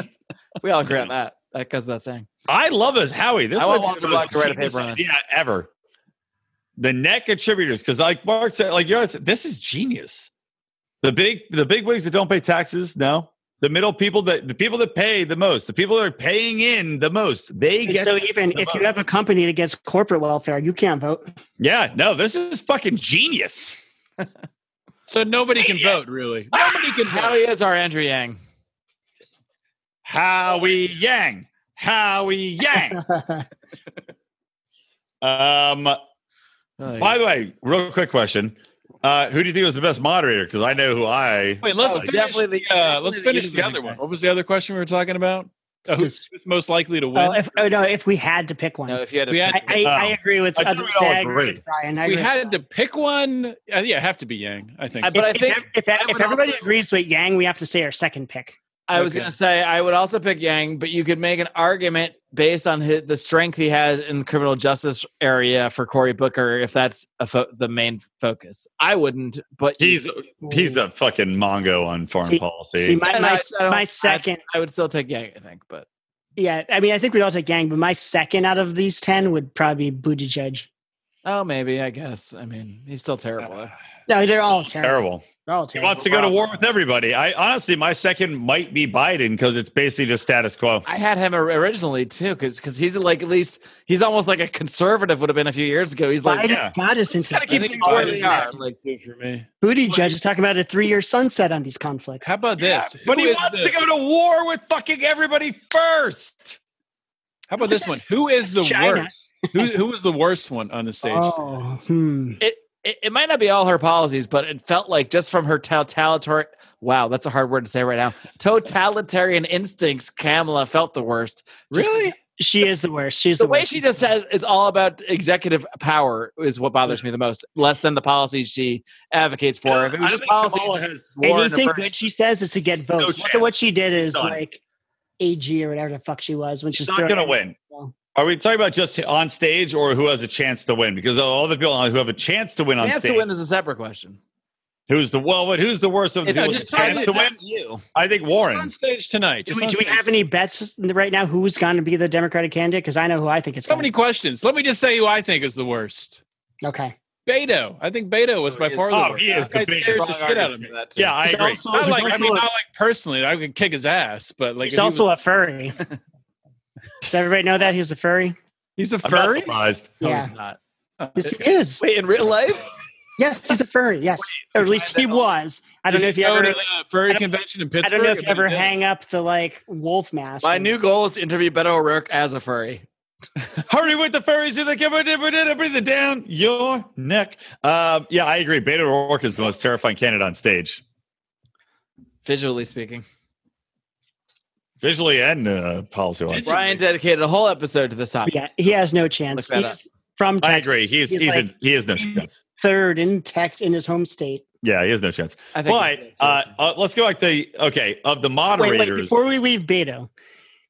S1: We all agree on that. That goes without
S3: *laughs*
S1: saying.
S3: I love this, Howie. This
S1: I want
S3: might be
S1: Walter
S3: the
S1: Block
S3: most
S1: to write a
S3: genius
S1: paper on this.
S3: idea ever. The net contributors, because like Mark said, like yours, this is genius. The big, the big wigs that don't pay taxes, no. The middle people that the people that pay the most, the people that are paying in the most, they
S2: And
S3: get.
S2: so even
S3: the
S2: if you
S3: vote.
S2: have a company that gets corporate welfare, you can't vote. *laughs*
S3: yeah, no, this is fucking genius.
S4: So nobody can
S3: Yes.
S4: vote, really. Nobody can vote.
S1: Howie is our Andrew Yang.
S3: Howie Yang, Howie
S1: *laughs*
S3: Yang. um,
S1: Oh,
S3: by the way, real quick question: uh, Who do you think was the best moderator? Because I know who I.
S4: Wait, let's
S1: Oh,
S4: finish.
S1: definitely
S4: the,
S1: the-
S4: uh, let's
S1: definitely the
S4: finish the
S1: Union
S4: other
S1: guy.
S4: one. What was the other question we were talking about? Uh, who's, who's most likely to win?
S2: oh, if, oh no, if we had to pick one,
S1: no, if you had, to
S4: We had-
S2: I, I,
S3: Oh.
S2: I agree with.
S3: I
S2: I,
S3: thought we
S2: say
S3: all
S2: I agree
S3: agreed.
S2: with Brian. I
S4: we
S2: agree with
S4: had to pick one. Uh, yeah, have to be Yang. I think.
S1: I-
S4: so.
S1: but
S2: *laughs* if,
S1: I
S2: if
S1: think
S2: ev- if, ev-
S1: I
S2: if
S1: would
S2: everybody
S1: also-
S2: agrees with Yang, we have to say our second pick.
S1: I was
S4: Okay.
S1: gonna say I would also pick Yang, but you could make an argument based on his, the strength he has in the criminal justice area for Cory Booker, if that's a fo- the main focus. I wouldn't, but you-
S3: He's he's a fucking mongo on foreign
S2: See-
S3: policy.
S2: See, my
S1: And
S2: my,
S1: I-
S2: s-
S1: I don't-
S2: my
S1: I-
S2: second.
S1: I would still take Yang. I think, but
S2: yeah, I mean, I think we'd all take Yang, but my second out of these ten would probably be Buttigieg.
S1: oh, maybe I guess. I mean, he's still terrible.
S4: Uh,
S1: though.
S2: No, they're all terrible.
S3: terrible.
S2: They're all
S3: He
S2: terrible.
S3: wants to go to war with everybody. I honestly, my second might be Biden because it's basically just status quo.
S1: I had him or- originally too, because he's like at least he's almost like a conservative would have been a few years ago. He's like
S2: Biden
S3: yeah.
S2: got us into
S1: gotta
S4: I
S1: keep
S2: this.
S4: think
S1: things where
S4: Biden's
S1: they are.
S4: the best too for me.
S2: Booty judge is talking about a three-year sunset on these conflicts.
S4: How about this?
S3: Yeah, but
S4: Who
S3: he
S4: is
S3: wants
S4: the-
S3: to go to war with fucking everybody first.
S4: How about this one? Who is the
S2: China.
S4: worst? Who who was the worst one on the stage?
S2: Oh, hmm.
S1: it, it might not be all her policies, but it felt like just from her totalitarian wow, that's a hard word to say right now. Totalitarian instincts, Kamala felt the worst. Just-
S4: Really?
S2: She is the worst. She's
S1: the
S2: the,
S1: way
S2: worst.
S1: she just says is all about executive power is what bothers me the most, less than the policies she advocates for. if it was
S3: I
S1: just
S3: think
S1: policy,
S3: Kamala has
S1: war and
S2: Anything
S1: affirm-
S2: good she says is to get votes.
S3: chance.
S2: so what she did is
S3: Done.
S2: like AG or whatever the fuck she was when she's
S3: She's not going to win.
S2: No.
S3: Are we talking about just on stage or who has a chance to win? Because all the people who have a chance to win on
S1: Chance
S3: stage,
S1: to win is a separate question.
S3: who's the well, but who's the worst of the
S1: It's
S3: people?
S1: not
S3: with
S1: just
S3: a chance
S1: Chance
S3: to win?
S1: you.
S3: I think
S4: Just on
S3: Warren.
S4: stage tonight.
S2: Do
S4: just
S2: we,
S4: on
S2: do we
S4: stage.
S2: have any bets right now? Who's going to be the Democratic candidate? Because I know who I think it's
S4: so
S2: going
S4: many
S2: to
S4: questions? Let me just say who I think is the worst.
S2: be. Okay.
S4: Beto. I think Beto was
S1: Oh,
S4: by
S1: he is-
S4: far the
S3: oh,
S4: worst.
S3: he is
S4: That guy
S3: the biggest
S4: scares
S1: Strong
S4: the shit out of
S1: argument
S4: me.
S1: for that, too.
S3: Yeah, I
S2: He's
S3: agree.
S2: also-
S4: Not
S2: he's
S4: like I
S2: also
S4: mean,
S2: a-
S4: not like personally. I could kick his ass, but like if
S2: he's
S4: he
S2: also
S4: was-
S2: a furry. Does everybody know that he's a furry?
S4: he's a
S3: I'm not
S4: furry. Uh,
S3: surprised.
S1: No,
S2: Yeah.
S1: he's not.
S2: Yes,
S4: *laughs*
S2: he is.
S1: Wait, in real life?
S2: Yes, he's a furry. Yes, or at least he was. I don't know if you
S4: go to
S2: ever.
S4: the
S2: I
S4: furry
S2: don't-
S4: uh, convention in
S2: I
S4: Pittsburgh.
S2: don't know if you
S4: mean,
S2: ever
S4: that's-
S2: hang up the like wolf mask.
S1: My
S2: and-
S1: new goal is to interview Beto O'Rourke as a furry.
S3: Hurry with the furries in the cabin, breathe it down your neck. Um, yeah, I agree. Beta O'Rourke is the most terrifying candidate on stage,
S1: visually speaking.
S3: visually and uh, policy wise.
S4: Visually.
S1: Ryan dedicated a whole episode to this topic.
S3: Uh,
S2: Yeah, he has no chance.
S1: Look that
S2: He's, from Texas.
S3: I agree. He's he's,
S2: like
S3: a, he has no chance.
S2: third in Tex in his home state.
S3: Yeah, he has no chance.
S1: I think
S3: But
S1: it's-
S3: uh, uh, let's go back to okay of the moderators.
S2: Wait, wait, before we leave Beto,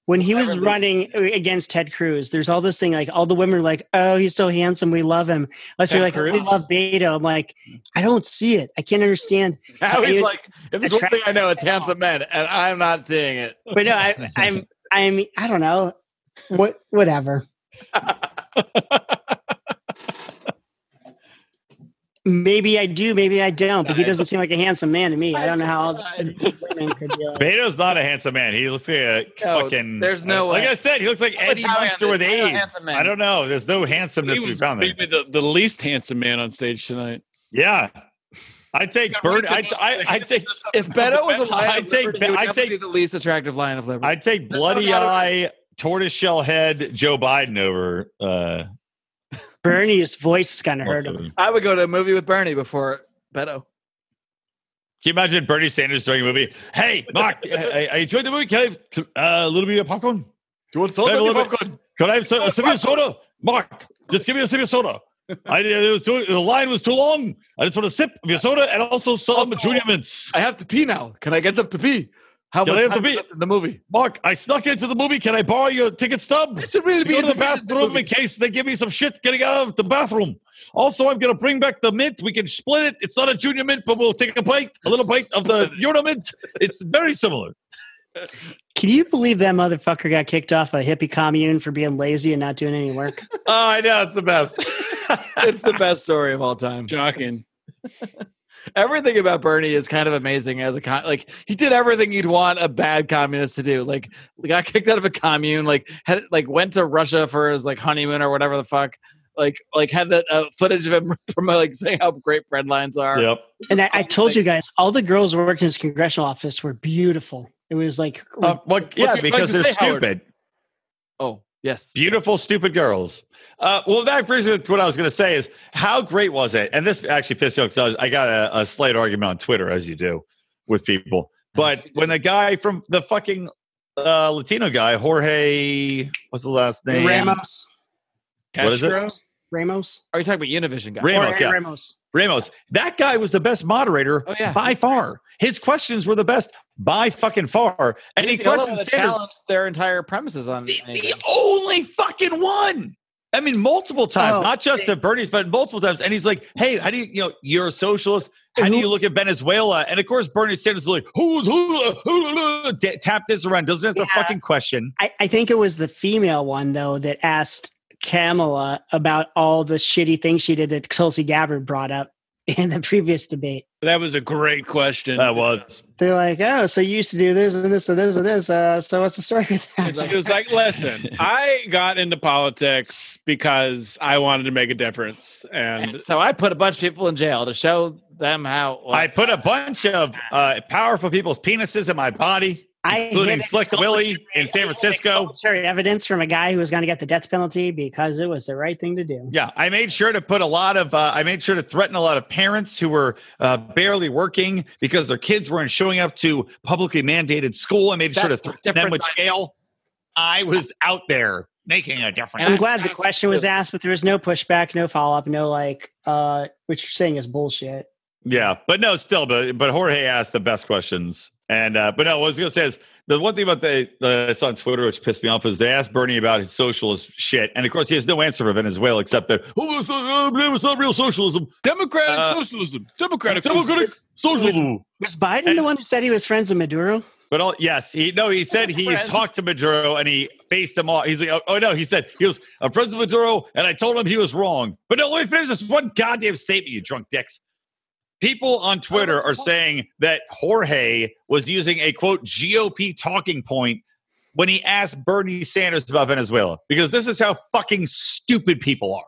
S2: when he was
S1: remember.
S2: running against Ted Cruz, there's all this thing like all the women are like, "Oh, he's so handsome, we love him." Let's be
S4: Ted
S2: like, "We
S4: Cruz?
S2: love Beto." I'm like, I don't see it. I can't understand.
S1: now he's
S2: you-
S1: like, if there's one thing I know, it's handsome men, and I'm not seeing it.
S2: But no, *laughs* I, I'm, I'm, I don't know. What, whatever. maybe I do, maybe I don't. But he doesn't seem like a handsome man to me. I don't know how all *laughs* the women could be like.
S3: Beto's not a handsome man. He looks like a
S1: No,
S3: fucking. uh,
S1: there's no
S3: Like
S1: way.
S3: I said, he looks like
S1: I'm with
S3: Eddie
S1: Howie on
S3: Munster
S1: this.
S3: with
S1: I'm a
S3: AIDS.
S1: handsome man.
S3: I don't know. There's no handsomeness
S4: He
S3: to be
S4: was
S3: found there.
S4: maybe the, the least handsome man on stage tonight.
S3: Yeah, I take
S4: Got
S3: Bird.
S4: ranked the
S3: I
S4: most-
S3: I I take
S1: *laughs* If Beto was a lion,
S3: I
S1: of
S3: take
S1: liberty,
S3: Be-
S1: he would
S3: I
S1: definitely
S3: take-
S1: be the least attractive lion of liberty.
S3: I take
S1: There's no
S3: bloody
S1: doubt about
S3: eye tortoiseshell head Joe Biden over. Uh,
S2: Bernie's voice kind of hurt
S3: Walter.
S2: him.
S3: Can
S1: I would go to a movie with Bernie before Beto.
S3: you imagine Bernie Sanders during a movie? Hey, Mark, *laughs* I, I enjoyed the movie. Can I have uh, a little bit of popcorn?
S1: Do you want
S3: Can I have a little bit- Can I have so- a sip of soda? Mark, just give me a sip of soda. I it was too, the line was too long. I just want a sip of your soda and also some
S1: Also-
S3: juniors.
S1: I have to pee now. Can I get up to pee? How
S3: Can I
S1: much
S3: have
S1: time
S3: to
S1: is
S3: pee?
S1: left in the movie?
S3: Mark, I snuck into the movie. Can I borrow your ticket stub?
S1: should really
S3: to go to the
S1: business
S3: bathroom
S1: movie.
S3: in case they give me some shit getting out of the bathroom. Also, I'm gonna bring back the mint. We can split it. It's not a junior mint, but we'll take a bite, a little bite of the junior mint. It's very similar.
S2: Can you believe that motherfucker got kicked off a hippie commune for being lazy and not doing any work?
S3: Oh,
S1: Ah,
S3: I know it's
S1: *laughs*
S3: the best.
S1: it's the best story of all time.
S4: Shocking.
S1: Everything about Bernie is kind of amazing as a con- like he did everything you'd want a bad communist to do. Like got kicked out of a commune, like had like went to Russia for his like honeymoon or whatever the fuck. Like like had that uh, footage of him *laughs* promote like saying how great bread lines are.
S3: yep.
S1: *laughs*
S2: And I, I told you guys, all the girls who worked in his congressional office were beautiful. It was like,
S3: Uh, well,
S1: you
S3: yeah,
S1: like
S3: because
S1: to
S3: they're
S1: say, Howard?
S3: stupid.
S1: Oh yes.
S3: Beautiful, stupid girls. Uh, well, that brings me to what I was going to say is how great was it? And this actually pissed me off because I, was- I got a, a slight argument on Twitter, as you do with people. But when the guy from the fucking uh, Latino guy, Jorge, what's the last name?
S2: Ramos,
S3: What is it?
S4: Castro?
S2: Ramos,
S1: Are you talking about Univision guy?
S3: Ramos,
S2: Jorge
S3: yeah.
S2: Ramos.
S3: Ramos. That guy was the best moderator
S1: Oh, yeah.
S3: by far. His questions were the best by fucking far. And he
S1: He's the only
S3: questioned
S1: one that
S3: Sanders.
S1: challenged their entire premises on
S3: The,
S1: anything.
S3: the only fucking one. I mean, multiple times,
S2: Oh,
S3: not just to Bernie's, but multiple times. And he's like, "Hey, how do you, you know, you're a socialist? How do you look at Venezuela?" And of course, Bernie Sanders is like, "Who, who, who, who, da- tap this around?" Doesn't answer the
S2: Yeah.
S3: fucking question.
S2: I, I think it was the female one, though, that asked Kamala about all the shitty things she did that Tulsi Gabbard brought up *laughs* in the previous debate.
S4: That was a great question.
S3: That was
S2: They're like, oh, so you used to do this and this and this and this. Uh, so what's the story with that?
S4: And *laughs* she was like, "Listen, I got into politics because I wanted to make a difference, and
S1: And so I put a bunch of people in jail to show them how. well,
S3: I put a bunch of uh, powerful people's penises in my body,
S2: *laughs* I
S3: including
S2: hit
S3: Slick Willie in San
S2: I hid
S3: Francisco.
S2: exculpatory evidence from a guy who was going to get the death penalty because it was the right thing to do.
S3: Yeah, I made sure to put a lot of, uh, I made sure to threaten a lot of parents who were uh, barely working because their kids weren't showing up to publicly mandated school. I made sure to
S1: That's the
S3: threaten them with
S1: difference I-
S3: jail. I was out there making a
S1: And
S3: difference.
S2: I'm
S1: I-
S2: glad
S1: I
S2: the
S1: said
S2: question was
S1: too.
S2: asked, but there was no pushback, no follow up, no like, uh, what you're saying is bullshit.
S3: yeah, but no, still, but but Jorge asked the best questions. And uh, but no, what I was gonna say is the one thing about the the- it's on Twitter which pissed me off is they asked Bernie about his socialist shit, and of course he has no answer for Venezuela except that oh, it's not, it's not real socialism,
S4: democratic
S3: Uh,
S4: socialism, democratic." socialism.
S3: democratic socialism.
S2: Was Biden
S3: And-
S2: the one who said he was friends with Maduro?
S3: But all, yes, he no, he said he
S1: Friend.
S3: talked to Maduro and he faced him off. He's like, oh, oh, no, he said he was a friend of Maduro, and I told him he was wrong. But no, let me finish this one goddamn statement, you drunk dicks. People on Twitter are saying that Jorge was using a quote GOP talking point when he asked Bernie Sanders about Venezuela because this is how fucking stupid people are.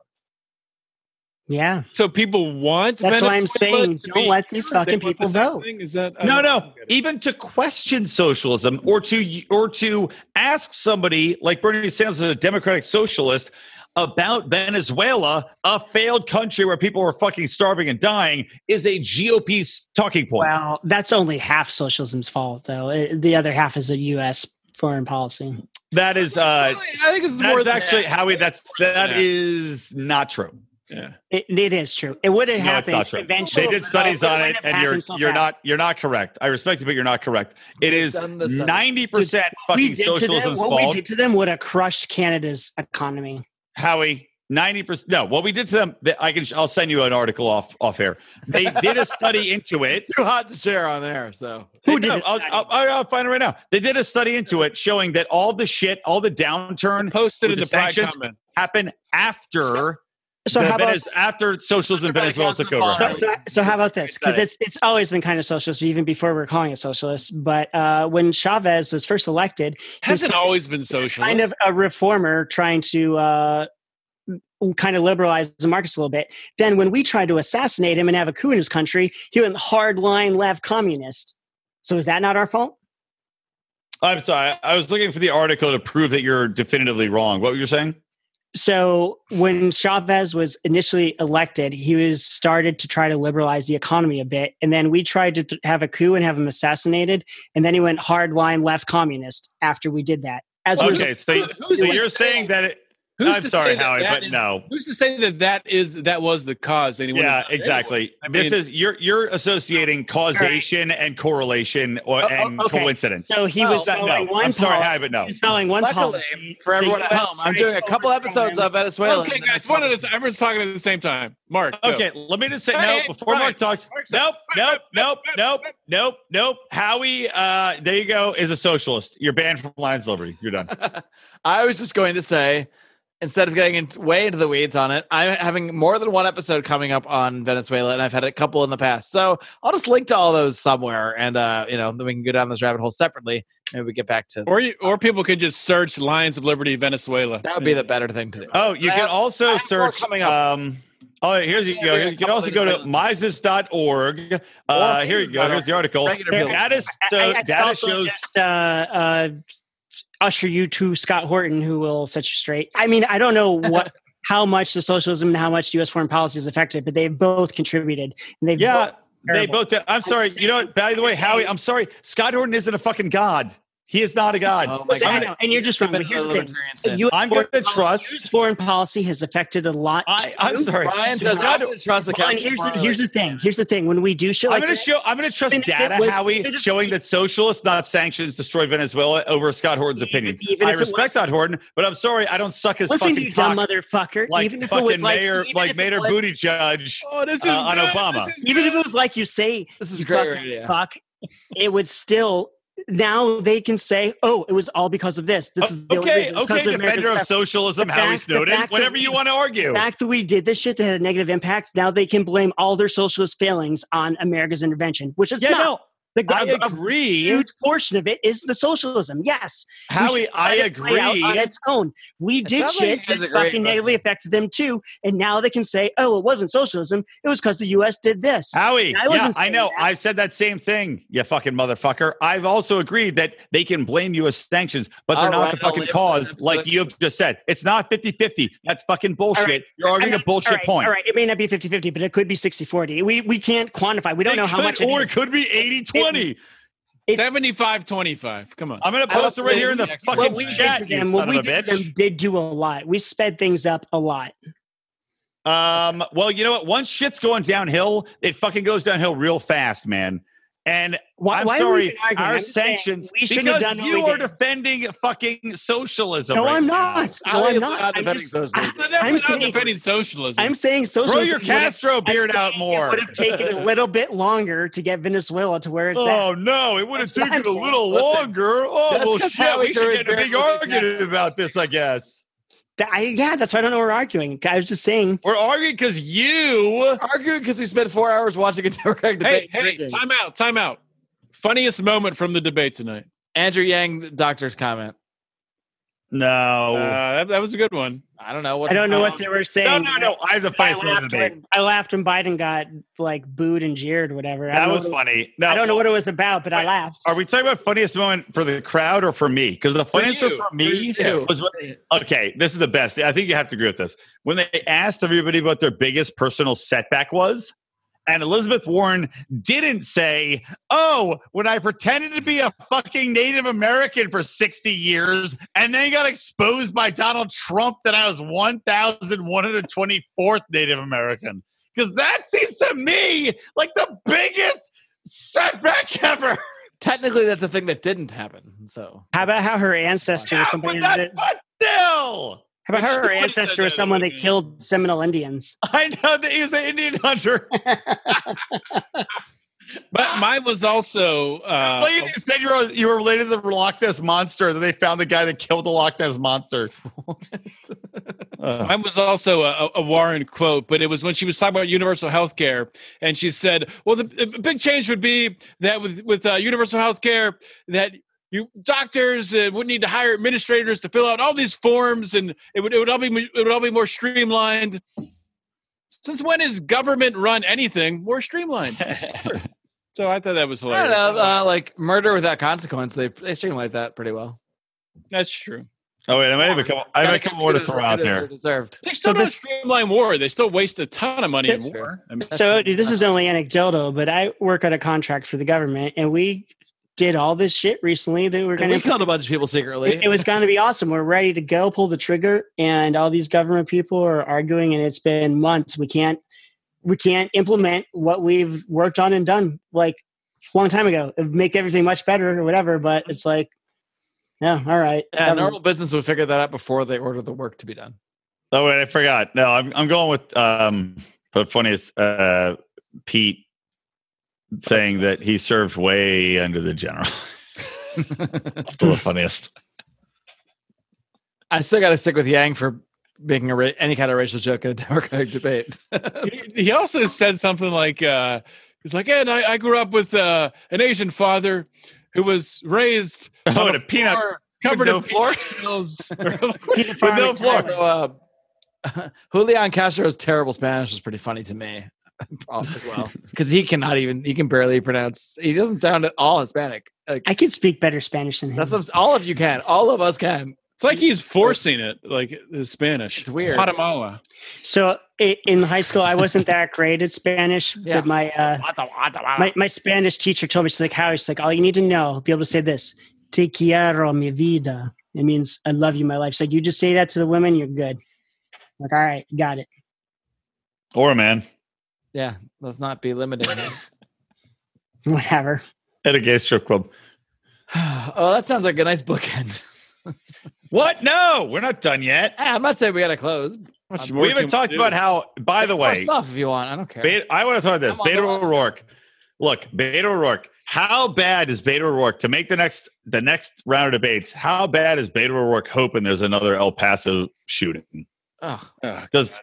S2: Yeah.
S4: So people want.
S2: That's why I'm
S4: Venezuela
S2: saying,
S4: to
S2: don't
S4: be
S2: let these
S4: here? They
S2: fucking
S4: want the
S2: people
S4: same
S2: vote.
S4: thing? Is that I
S3: no
S4: don't- I
S3: no
S4: don't get it.
S3: even to question socialism or to or to ask somebody like bernie sanders is a democratic socialist about venezuela a failed country where people are fucking starving and dying is a gop 's talking point
S2: Well, that's only half socialism's fault, though. Uh, The other half is a U.S. foreign policy.
S3: That is
S4: I
S3: uh,
S4: think it's more
S3: that's
S4: than
S3: actually
S4: that.
S3: Howie. That's that
S4: Yeah.
S3: is not true.
S4: Yeah.
S2: It, it is true. It would have
S3: No, it's
S2: happened
S3: not true.
S2: eventually.
S3: They did studies
S2: but
S3: on
S2: wouldn't
S3: it,
S2: have
S3: and you're
S2: happened so
S3: you're
S2: fast.
S3: not you're not correct. I respect you, but you're not correct. It
S1: We've
S3: is
S1: done the study.
S3: ninety percent
S2: We
S3: fucking
S2: did to them,
S3: socialism's
S2: what we
S3: fault.
S2: did to them would have crushed Canada's economy.
S3: Howie, ninety percent. No, what we did to them. that- I can. I'll send you an article off off air. They did a study into it.
S1: Too hot to share on air. So
S2: Who did
S3: They- no,
S2: it?
S3: I'll, I'll, I'll find it right now. They did a study into it showing that all the shit, all the downturn
S4: Posted
S3: With
S4: in
S3: the
S4: the pride
S3: sanctions?
S4: comment.
S3: happened after
S2: so
S3: the
S2: how about
S3: Venez- after socialism in
S1: Everybody
S3: Venezuela
S1: counts
S3: took
S1: the
S3: over.
S2: So,
S1: followers.
S2: so, so how about this? Because
S3: Got it.
S2: it's it's always been kind of socialist, even before we are calling it socialist. But uh, when Chavez was first elected,
S4: Hasn't always been socialist.
S2: kind of a reformer trying to uh, kind of liberalize the markets a little bit. Then when we tried to assassinate him and have a coup in his country, he went hardline left communist. So is that not our fault?
S3: I'm sorry. I was looking for the article to prove that you're definitively wrong. What were you saying?
S2: So when Chavez was initially elected, he was started to try to liberalize the economy a bit, and then we tried to th- have a coup and have him assassinated, and then he went hardline left communist after we did that. As we
S3: Okay, so,
S4: Who- who's
S3: so
S4: to
S3: you're
S4: say-
S3: saying that it.
S4: Who's
S3: I'm
S4: to
S3: sorry,
S4: say that
S3: Howie,
S4: that
S3: but
S4: is-
S3: no.
S4: Who's to say that that is that was the cause? Anyone?
S3: Yeah,
S4: Anyone.
S3: exactly.
S4: I
S3: this
S4: mean-
S3: is you're you're associating causation and correlation or
S2: Oh, oh,
S3: and
S2: okay.
S3: coincidence.
S2: so he was
S3: That-
S2: following
S3: no,
S2: one
S3: I'm sorry,
S2: policy.
S3: Howie, but no.
S2: He was following one
S1: luckily
S2: policy.
S1: for everyone
S2: The
S1: at
S2: US
S1: home, I'm doing a couple
S2: overthrown
S1: episodes
S2: him.
S1: of Venezuela.
S4: Okay,
S1: in the next
S4: guys, one
S1: couple
S4: at a, everyone's talking at the same time. Mark. go.
S3: Okay, let me just say
S4: Hey,
S3: no before
S4: Brian.
S3: Mark talks.
S4: Mark's up.
S3: Nope, nope, nope, nope, nope, nope. Howie, uh, there you go, is a socialist. You're banned from Lions Liberty. You're done.
S1: I was just going to say, instead of getting in, way into the weeds on it, I'm having more than one episode coming up on Venezuela, and I've had a couple in the past. So I'll just link to all those somewhere, and uh, you know, then we can go down this rabbit hole separately. Maybe we get back to
S4: Or you, or people could just search Lions of Liberty Venezuela.
S1: that. Would be the better thing to do.
S3: Oh, you
S1: I
S3: can
S1: have- I
S3: also
S1: have more
S3: search.
S1: coming up.
S3: Um, oh, here's you
S1: Yeah,
S3: go.
S1: we got a
S3: You can
S1: couple
S3: also
S1: of
S3: go to
S1: different
S3: Mises.org. Uh, here you go. Here's the article.
S1: Regular
S2: There-
S1: people.
S3: Data,
S2: I- I-
S3: so
S2: I could
S3: data
S2: also
S3: shows.
S2: just uh, uh, usher you to Scott Horton, who will set you straight. I mean, I don't
S3: *laughs*
S2: know what. How much the socialism and how much U.S. foreign policy is affected, but they've both contributed. And they've
S3: yeah, they
S2: terrible.
S3: both did. I'm sorry. You know what? By the way, Howie, I'm sorry. Scott Horton isn't a fucking god. He is not a god.
S1: Oh my
S2: Listen,
S1: God.
S2: I know, and you're just wrong. But
S1: Bit
S2: here's
S1: of
S2: the thing:
S1: libertarian
S2: the
S1: sin.
S2: U.S.
S3: I'm
S2: foreign
S3: going to
S2: policy-
S3: trust.
S2: foreign policy has affected a lot.
S3: I, I'm sorry.
S1: Brian says,
S3: Scott-
S1: I'm going to trust the
S2: Well, and
S1: Catholic
S2: here's the,
S1: Party.
S2: here's the thing. Here's the thing. When we do shit
S3: I'm
S2: like
S3: going to
S2: that-
S3: show. I'm going to trust
S2: even if it
S3: data,
S2: was-
S3: Howie,
S2: even if-
S3: showing that socialists, not sanctions, destroy Venezuela over Scott Horton's
S2: Even-
S3: opinions.
S2: even
S3: I
S2: if it
S3: respect
S2: was-
S3: Scott Horton, but I'm sorry, I don't suck his
S2: listen
S3: fucking
S2: to you,
S3: cock
S2: dumb motherfucker.
S3: like
S2: even if it
S3: fucking
S2: was like,
S3: Mayor,
S2: even
S3: like
S2: if it
S3: Mayor
S2: was-
S3: Booty Judge.
S4: Oh, this is
S3: Uh, on
S4: good.
S3: Obama.
S4: This is
S2: even if
S4: good.
S2: it was like you say,
S1: This is
S2: you
S1: a great
S2: fucking
S1: idea.
S2: fuck, it would still. Now they can say, "Oh, it was all because of this. This is the only
S3: okay,
S2: reason. It's
S3: okay,
S2: because of
S3: defender
S2: American
S3: of socialism,
S2: The
S3: Howie
S2: fact- the
S3: Snowden,
S2: fact that
S3: whatever you
S2: we-
S3: want to argue.
S2: the fact that we did this shit that had a negative impact, now they can blame all their socialist failings on America's intervention, which is
S3: yeah,
S2: not.
S3: no,
S2: the
S3: I
S2: a- a
S3: agree.
S2: huge portion of it is the socialism. Yes, We
S3: Howie,
S2: should
S3: I
S2: let it play out
S3: agree.
S2: on its own. We did
S1: sounds like you
S2: shit
S1: guys
S2: that
S1: agree,
S2: fucking
S1: but-
S2: negatively affected them too, and now they can say, "Oh, it wasn't socialism. It was because the U.S. did this."
S3: Howie,
S2: I
S3: yeah,
S2: wasn't
S3: I
S2: saying
S3: know.
S2: that.
S3: I've said that same thing, you fucking motherfucker. I've also agreed that they can blame you as sanctions, but they're
S1: All
S3: not
S1: right,
S3: the
S1: I'll
S3: fucking
S1: live
S3: cause,
S1: with that.
S3: like you've just said. It's not 50 50. That's fucking bullshit.
S2: right.
S3: You're
S2: I
S3: arguing
S2: mean,
S3: a bullshit
S2: all right,
S3: point.
S2: All right, it may not be 50-50, but it could be 60-40. We we can't quantify. We don't
S3: It
S2: know how
S3: could-
S2: much it
S3: or
S2: is.
S3: it could be 80 20.
S2: It's-
S4: 75 25. Come on. *laughs*
S3: I'm going to
S1: I
S3: post it
S1: don't
S3: right here in
S1: believe
S3: the
S4: you.
S3: fucking
S2: what we did
S3: chat,
S2: to
S3: you
S2: them, what
S3: son
S2: we
S3: of a
S2: did
S3: bitch.
S2: to them did do a lot. We sped things up a lot.
S3: Um, well, you know what? Once shit's going downhill, it fucking goes downhill real fast, man. And
S2: Why,
S3: I'm
S2: why are we
S3: sorry,
S2: even arguing?
S3: our
S2: I'm just saying
S3: sanctions.
S2: We should
S3: because
S2: have done what
S3: you
S2: we
S3: are
S2: did.
S3: defending fucking socialism.
S2: No,
S3: right
S2: I'm
S3: now.
S2: not. No,
S1: Obviously
S2: I'm
S1: not
S2: not. I'm
S1: defending
S2: just-
S1: socialism.
S4: I'm not
S2: I'm saying-
S4: defending socialism.
S2: I'm saying
S3: Grow
S2: socialism.
S3: your
S2: would have-
S3: Castro
S2: I'm
S3: beard out
S2: saying
S3: more.
S2: It would have taken a little bit longer to get Venezuela to where it's at.
S3: Oh no! It would have
S2: That's what I'm
S3: taken a
S2: saying.
S3: little
S1: Listen,
S3: longer. Oh
S1: just
S3: well,
S1: 'cause
S3: shit.
S1: Howie
S3: We
S1: threw
S3: should
S1: his
S3: get in a
S1: beard
S3: big
S1: was a
S3: argument
S1: Castro.
S3: about this, I guess.
S2: That- I, yeah, that's why I don't know. We're arguing. I was just saying.
S3: We're arguing because you.
S1: Arguing because we spent four hours watching a *laughs* Democratic
S4: hey,
S1: debate.
S4: hey,
S1: drinking.
S4: time out. Time out. Funniest moment from the debate tonight.
S1: Andrew Yang, the doctor's comment.
S4: Uh,
S3: No.
S4: that, that was a good one.
S1: I don't know what.
S2: I don't know what they were
S3: No,
S2: saying.
S3: no, no! I have the
S2: I
S3: funniest moment of
S2: laughed,
S3: the debate.
S2: when, I laughed when Biden got like booed and jeered, or whatever. I
S3: That
S2: don't
S3: was
S2: know,
S3: funny. No,
S2: I don't know what it was about, but I
S3: Wait.
S2: laughed.
S3: Are we talking about funniest moment for the crowd or for me? Because the funniest
S4: you.
S3: one for
S1: For
S3: me
S1: you.
S3: was when, okay. This is the best. I think you have to agree with this. When they asked everybody what their biggest personal setback was, And Elizabeth Warren didn't say, Oh, when I pretended to be a fucking Native American for 60 years and then got exposed by Donald Trump that I was 1,124th Native American. Because that seems to me like the biggest setback *laughs* ever.
S1: Technically, that's a thing that didn't happen. So
S2: How about how her ancestor
S3: Yeah,
S2: was somebody
S3: but,
S2: that,
S3: that- but still.
S2: how about how her
S4: Sure said
S2: ancestor was
S4: that,
S2: someone that
S4: wouldn't it?
S2: killed Seminole Indians?
S3: I know that he was the Indian *laughs* hunter.
S4: But mine was also uh,
S3: so you said you were, you were related to the Loch Ness monster. Then they found the guy that killed the Loch Ness *laughs* monster. Uh,
S4: Mine was also a, a Warren quote, but it was when she was talking about universal health care, and she said, "Well, the, the big change would be that with with uh, universal health care, that you doctors uh, would need to hire administrators to fill out all these forms, and it would it would all be it would all be more streamlined." Since when is government run anything
S1: *laughs*
S4: more streamlined? So I thought that was
S1: I
S4: hilarious.
S1: don't know, uh, like murder without consequence. They they streamlined that pretty well.
S4: That's true.
S3: oh wait, I might have a couple. I have a couple more to throw out there.
S1: Deserved.
S4: They still
S2: So
S4: don't
S2: this-
S4: streamline war. They still waste a ton of money in
S1: That's
S4: war. I mean,
S2: so dude, this is only anecdotal, but I work on a contract for the government, and we did all this shit recently that we're
S1: And we
S2: going to.
S1: killed a bunch of people secretly.
S2: It, it was going to be awesome. We're ready to go, pull the trigger, and all these government people are arguing, and it's been months. We can't, we can't implement what we've worked on and done like a long time ago. It'd make everything much better or whatever, but it's like, yeah, all right. Um,
S1: yeah,
S2: government-
S1: normal business would figure that out before they order the work to be done.
S3: Oh wait, I forgot. No, I'm I'm going with um. But funny is uh, Pete saying that he served way under the general. Still the *laughs* funniest.
S1: I still got to stick with Yang for making a ra- any kind of racial joke in a *laughs* Democratic debate.
S4: he he also said something like uh he's like and I, I grew up with uh an asian father who was raised
S3: *laughs* Oh,
S4: on
S3: and a peanut.
S4: floor covered
S3: no
S4: in
S3: floor.
S4: peanut *laughs*
S3: *laughs*
S4: shells
S2: Peter
S3: With
S2: Farmer
S3: no floor.
S2: Tyler.
S1: So, uh, *laughs* Julian Castro's terrible Spanish was pretty funny to me *laughs* as well because he cannot even he can barely pronounce. He doesn't sound at all Hispanic. Like
S2: I could speak better Spanish than him.
S1: that's what- all of you can. All of us can.
S4: it's like he's forcing it like his spanish
S1: It's weird.
S4: guatemala
S2: so i- in high school, I wasn't that great at Spanish,
S1: Yeah.
S2: but my uh, my, my Spanish teacher told me, she's like, how? She's like, all you need to know, be able to say this, te quiero mi vida. It means I love you, my life. She's like, you just say that to the women, you're good. I'm like, all right, got it. *laughs*
S3: Or man
S1: Yeah, let's not be limited.
S2: Whatever.
S3: at a gay strip club.
S1: *sighs* oh, that sounds like a nice bookend. *laughs*
S3: What? No, we're not done yet.
S1: Ah, I'm not saying we got to close.
S4: Much
S1: Um,
S4: more
S3: We haven't
S4: can
S3: talked
S4: do?
S3: about how. By the
S1: More
S3: way,
S1: stuff if you want. I don't care.
S3: Beta, I want to talk about this.
S1: Come on,
S3: Beto
S1: the last-
S3: O'Rourke. Look, Beto O'Rourke. How bad is Beto O'Rourke to make the next the next round of debates? How bad is Beto O'Rourke hoping there's another El Paso shooting?
S1: Oh,
S4: Oh,
S3: Because,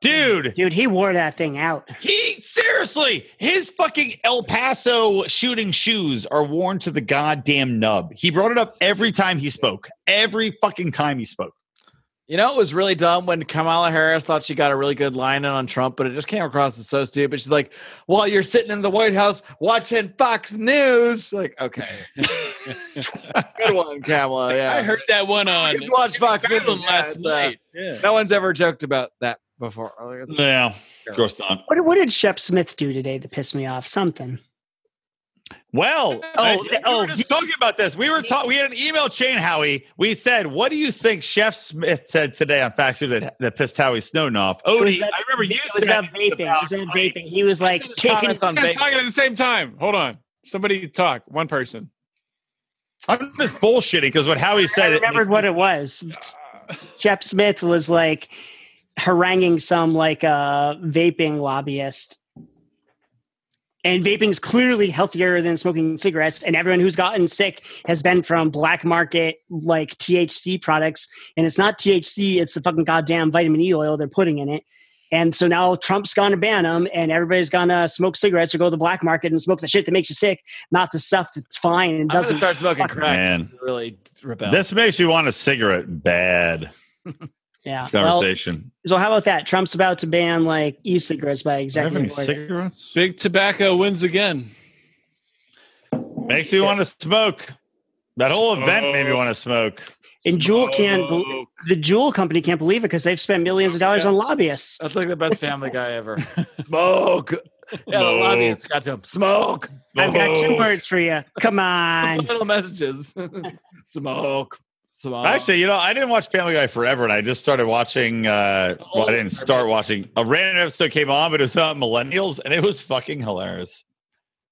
S3: dude,
S2: Dude, he wore that thing out.
S3: he seriously, his fucking El Paso shooting shoes are worn to the goddamn nub. He brought it up every time he spoke. Every fucking time he spoke.
S1: you know it was really dumb when Kamala Harris thought she got a really good line in on Trump, but it just came across as so stupid. She's like, "While you're sitting in the White House watching Fox News," like, okay, *laughs* good one,
S3: Oh,
S1: Kamala. Yeah,
S4: *laughs* i heard that
S3: *laughs*
S4: one on
S1: you could watch Fox News
S4: Fallon
S1: last
S4: last
S3: uh,
S1: night.
S4: night yeah
S1: No one's ever joked about that before. Like, it's-
S3: No, of course not.
S2: What, did- what did Shep Smith do today that pissed me off? Something.
S3: Well, I-
S2: th-
S3: we
S2: oh,
S3: were just talking about this. We were talking. We had an email chain, Howie. We said, "What do you think Chef Smith said today on Facts that that pissed Howie Snowden off?" Odie,
S2: about-
S3: I remember you
S2: It was
S3: said
S2: about
S3: it was
S2: vaping. It was about vaping. He was
S1: I
S2: like
S1: said his
S2: taking. *laughs*
S1: comments on
S4: I'm
S1: Vegas.
S4: talking at the same time hold on somebody talk one person
S3: I'm just bullshitting because what Howie
S2: I
S3: said. it
S2: remembered
S3: makes-
S2: what it was. Shep Smith was like haranguing some like uh, vaping lobbyist. And vaping's clearly healthier than smoking cigarettes, and everyone who's gotten sick has been from black market like THC products. And it's not THC; it's the fucking goddamn vitamin E oil they're putting in it. And so now Trump's gonna ban them, and everybody's gonna smoke cigarettes or go to the black market and smoke the shit that makes you sick, not the stuff that's fine and
S1: I'm gonna
S2: doesn't.
S1: start
S2: *laughs*
S1: smoking
S2: Fuck,
S1: crack.
S3: man.
S1: This is Really rebel.
S3: This makes me want a cigarette bad.
S2: yeah.
S3: This
S2: Well,
S3: conversation.
S2: So how about that? Trump's about to ban like e-cigarettes by
S3: Do I have any
S2: executive order.
S3: cigarettes?
S4: big tobacco wins again
S3: Makes me want to smoke. That whole event made me
S4: Smoke.
S3: want to smoke.
S2: and Juul can't. bel
S4: Smoke.
S2: the Juul company can't
S3: Oh.
S2: believe it because they've spent millions of dollars on lobbyists.
S1: That's like the best Family Guy ever. *laughs* Smoke. Yeah, the lobbyists got to him. Smoke.
S2: I've got two
S3: Smoke.
S2: words for you. Come on.
S1: Little messages. *laughs* Smoke. Smoke.
S3: Actually, you know, I didn't watch Family Guy forever, and I just started watching. Uh, well, I didn't start watching. A random episode came on, but it was about millennials, and it was fucking hilarious.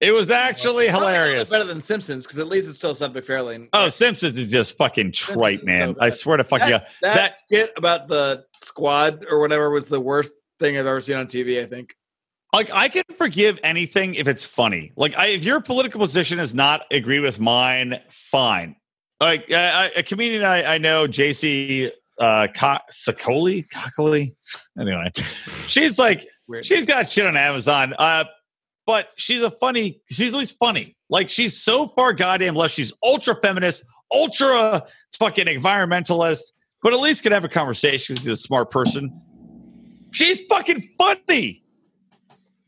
S3: It was actually
S1: Probably
S3: hilarious.
S1: Better than Simpsons because at least it's still something fairly.
S3: Oh, Simpsons is just fucking
S1: Simpsons
S3: trite,
S1: is
S3: man.
S1: so bad.
S3: I swear to fucking
S1: That's-
S3: God.
S1: that,
S3: That-
S1: skit about the squad or whatever was the worst thing I've ever seen on TV. I think.
S3: Like I can forgive anything if it's funny. Like I, if your political position is not agree with mine, fine. Like I, I, a comedian I, I know, JC uh, Co- Sicoli, Cockily. Anyway, she's like
S1: Weird.
S3: She's got shit on Amazon. Uh, but she's a funny, she's at least funny. Like she's so far goddamn left. She's ultra feminist, ultra fucking environmentalist, but at least can have a conversation because she's a smart person. She's fucking funny.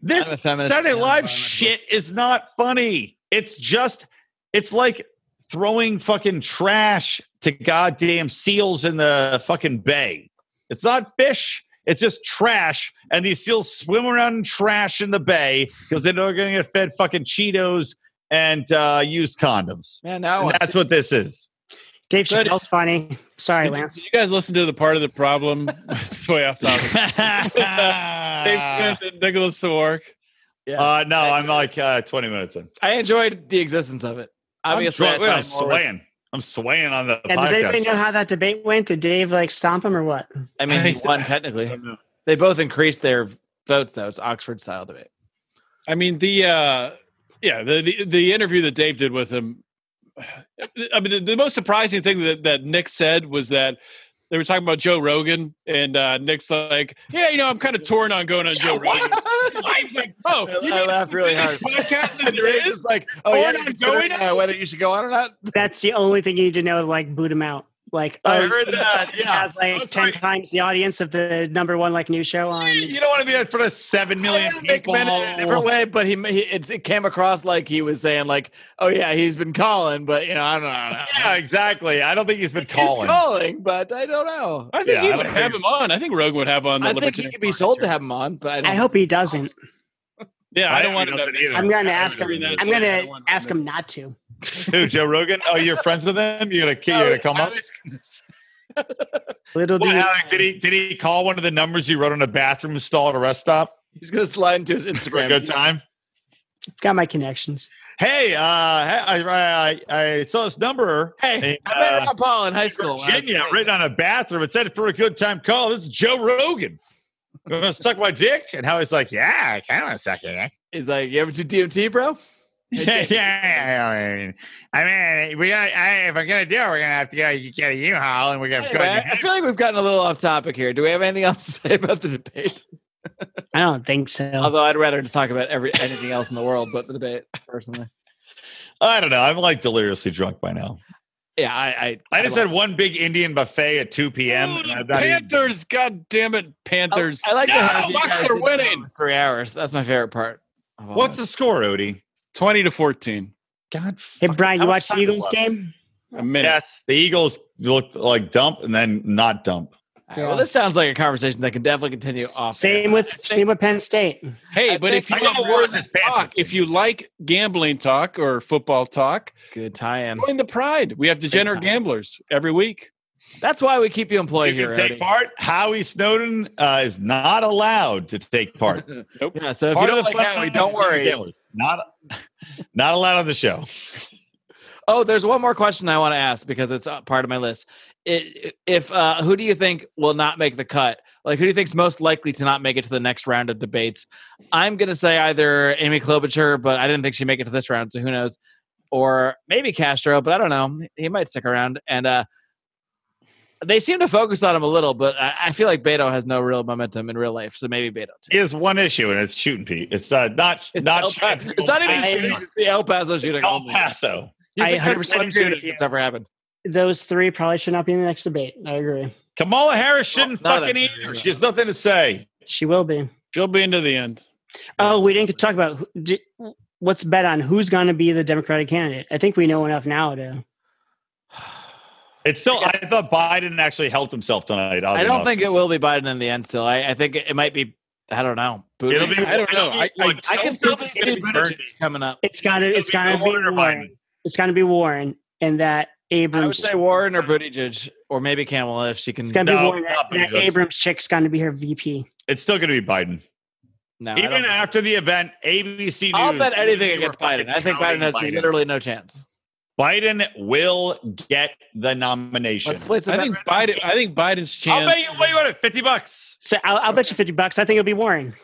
S3: This
S1: I'm a feminist
S3: Saturday
S1: and
S3: Night Live shit is not funny. It's just, it's like throwing fucking trash to goddamn seals in the fucking bay. It's not fish. It's just trash. And these seals swim around in trash in the bay because they know they're going to get fed fucking Cheetos and uh, used condoms.
S1: man, now
S3: And that's what this is.
S2: Dave
S4: But-
S2: Chappelle's funny. Sorry,
S4: Did-
S2: Lance.
S4: Did you guys listen to the part of the problem? *laughs* it's way off
S3: *laughs*
S4: topic. Dave
S3: uh,
S4: Smith and Nicholas Sawark.
S3: no, I'm like uh, 20 minutes in.
S1: I enjoyed the existence of it. Obviously,
S3: I'm, drunk.
S1: I
S3: I'm
S1: saw more-
S3: swaying. I'm swaying on the
S2: And does anybody
S3: podcast.
S2: know how that debate went? Did Dave like stomp him or what?
S1: I mean, he
S4: I-
S1: won
S4: I
S1: technically.
S4: don't know.
S1: They both increased their votes, though. It's Oxford style debate.
S4: I mean the uh yeah, the, the the interview that Dave did with him. I mean the, the most surprising thing that, that Nick said was that they were talking about Joe Rogan and uh Nick's like, Yeah, you know, I'm kinda torn on going on Joe Rogan. He's like, oh,
S1: I-
S4: you
S1: I
S4: mean
S1: laughed really
S4: the biggest Podcast that there
S1: Dave's
S4: is.
S1: just like, oh,
S4: Or
S1: yeah,
S4: not
S1: you're considering,
S4: going
S1: uh, whether you should go on or not.
S2: That's the only thing you need to know to like boot him out. Like
S3: I
S2: oh,
S3: heard that.
S2: he
S3: Yeah.
S2: has like
S3: That's
S2: ten
S3: right.
S2: times the audience of the number one like new show on.
S3: You don't want to be in front of 7 million
S1: I think
S3: people.
S1: meant it in a different way, but he, he it's, it came across like he was saying like, oh yeah, he's been calling, but you know, I don't know. I don't know.
S3: *laughs* Yeah, exactly. I don't think he's been calling.
S1: He's calling, but I don't know.
S4: I think
S3: Yeah, I
S4: he would
S3: don't
S4: have him on. I think Rogan would have on the
S1: I think he
S4: Libertarian
S1: could be
S4: Party
S1: sold
S4: too.
S1: to have him on, but I, don't
S2: I hope he doesn't.
S4: Yeah, I, don't want
S3: to
S4: him
S3: know
S4: to
S3: either.
S2: I'm gonna
S3: I
S2: ask
S3: agree
S2: him.
S3: with that.
S2: I'm
S4: too. I
S2: gonna
S4: don't want
S2: ask
S4: him
S2: him not to.
S3: Who, Joe Rogan? Oh, you're friends with him? You're gonna you're gonna come
S1: I *laughs*
S3: up?
S1: was gonna say-
S2: Little do
S3: What,
S2: you
S3: Alec, did he did he call one of the numbers you wrote on a bathroom stall at a rest stop
S1: He's gonna slide into his
S3: for a
S1: Instagram.
S3: good time?
S2: got my connections.
S3: Hey, uh, hey, I, I I saw this number.
S1: Hey,
S3: Uh,
S1: I met Ron Paul in high school. when I was a
S3: Virginia
S1: kid.
S3: written on a bathroom. It said for a good time call. This is Joe Rogan. You want to suck my dick? And how he's like, yeah, I kind of want to suck your dick.
S1: He's like, you ever do DMT, bro?
S3: *laughs* yeah, yeah, yeah, I mean, I mean, we got. I, if we're gonna do it, we're gonna have to go get a U-Haul, and we're gonna
S1: Anyway, I feel like we've gotten a little off topic here. Do we have anything *laughs* else to say about the
S2: *laughs*
S1: debate?
S2: I don't think so.
S1: Although I'd rather just talk about every anything else in the world but the debate, personally.
S3: *laughs* I don't know. I'm like deliriously drunk by now.
S1: Yeah, I I,
S3: I just had one big Indian buffet at 2 p.m.
S4: Ooh,
S3: and
S4: the
S3: I'm not even-
S4: Panthers, god damn it, Panthers.
S1: I, I like to have
S4: no,
S1: you
S4: Bucks
S1: guys
S4: are
S1: do that
S4: winning.
S1: for three hours. That's my favorite part. of all
S3: What's
S1: this.
S3: the score, Odie?
S4: Twenty to fourteen.
S3: God.
S2: Hey
S3: fuck,
S2: Brian,
S3: how
S2: you watched
S3: much
S2: the
S3: time is
S2: Eagles
S3: left?
S2: game?
S4: A minute.
S3: Yes, the Eagles looked like dump and then not dump.
S1: All right, well, this sounds like a conversation that can definitely continue off.
S2: Same
S1: air.
S2: with same with Penn State.
S4: Hey,
S1: I
S4: but
S1: think-
S4: if you
S3: I gotta
S4: want more
S3: watch
S4: of
S3: this
S4: this
S3: Panthers
S4: talk,
S3: game.
S4: if you like gambling talk or football talk,
S1: good tie-in.
S4: join the Pride. We have degenerate
S1: time.
S4: gamblers every week.
S1: That's why we keep you employed
S3: you
S1: here.
S3: can take
S1: Eddie.
S3: part. Howie Snowden uh, is not allowed to take part.
S1: Yeah, so *laughs* if
S3: Part
S1: you don't
S3: of the
S1: like
S3: fun
S1: Howie,
S3: of
S1: don't
S3: the
S1: worry.
S3: Steelers. Not not allowed on the show.
S1: Oh, there's one more question I want to ask because it's uh, part of my list. It, if uh, who do you think will not make the cut? Like who do you think's most likely to not make it to the next round of debates? I'm gonna say either Amy Klobuchar, but I didn't think she'd make it to this round, so who knows? Or maybe Castro, but I don't know. He might stick around. And uh, they seem to focus on him a little, but I, I feel like Beto has no real momentum in real life, so maybe Beto. Too.
S3: He has one issue, and it's shooting Pete. It's uh, not
S1: It's
S3: not
S1: El Pa-
S3: shooting.
S1: It's not even
S2: I-
S1: shooting. It's just the El Paso shooting.
S3: El
S1: only.
S3: Paso.
S1: He's
S2: I
S1: the best
S2: 100%
S1: one
S2: agree
S1: shooting
S2: with you.
S1: that's ever happened.
S2: Those three probably should not be in the next debate. I agree.
S3: Kamala Harris shouldn't
S1: Well, not
S3: fucking
S1: that-
S3: either. She has nothing to say.
S2: She will be.
S4: She'll be into the end.
S2: Oh, we didn't talk about who, d what's bet on who's going to be the Democratic candidate. I think we know enough now to.
S3: It's still. I thought Biden actually helped himself tonight.
S1: I don't think
S3: think.
S1: it will be Biden in the end. Still, I, I think it might be I don't know. Booty.
S3: It'll be.
S4: I don't know.
S3: it'll be,
S4: I- I-
S3: like,
S1: I
S3: tell
S1: can still
S3: somebody
S1: be
S3: it's
S1: see
S3: gonna be
S1: Buttigieg
S3: Bernie.
S1: coming up.
S2: It's got to. It's
S3: It'll
S2: got to
S3: be
S2: be
S3: Warren or
S2: Warren.
S3: Biden.
S2: It's got to be Warren, and that Abrams.
S1: I would say Warren or Buttigieg or maybe Kamala if she can.
S2: it's gonna be
S3: No,
S2: Warren. That,
S3: not
S2: that
S3: Buttigieg.
S2: Abrams chick's gonna be her VP.
S3: It's still going to be Biden.
S1: No, I
S3: Even
S1: don't-
S3: after the event, ABC News.
S1: I'll bet anything
S3: they were
S1: against Biden. I think Biden
S3: counting
S1: has literally no chance.
S3: Biden will get the nomination.
S1: Let's place a
S4: I
S1: bet
S4: think
S1: right now.
S4: Biden. I think Biden's
S3: I'll
S4: chance.
S3: bet you. What do you want? It fifty bucks.
S2: So I'll, I'll bet you fifty bucks. I think it'll be Warren.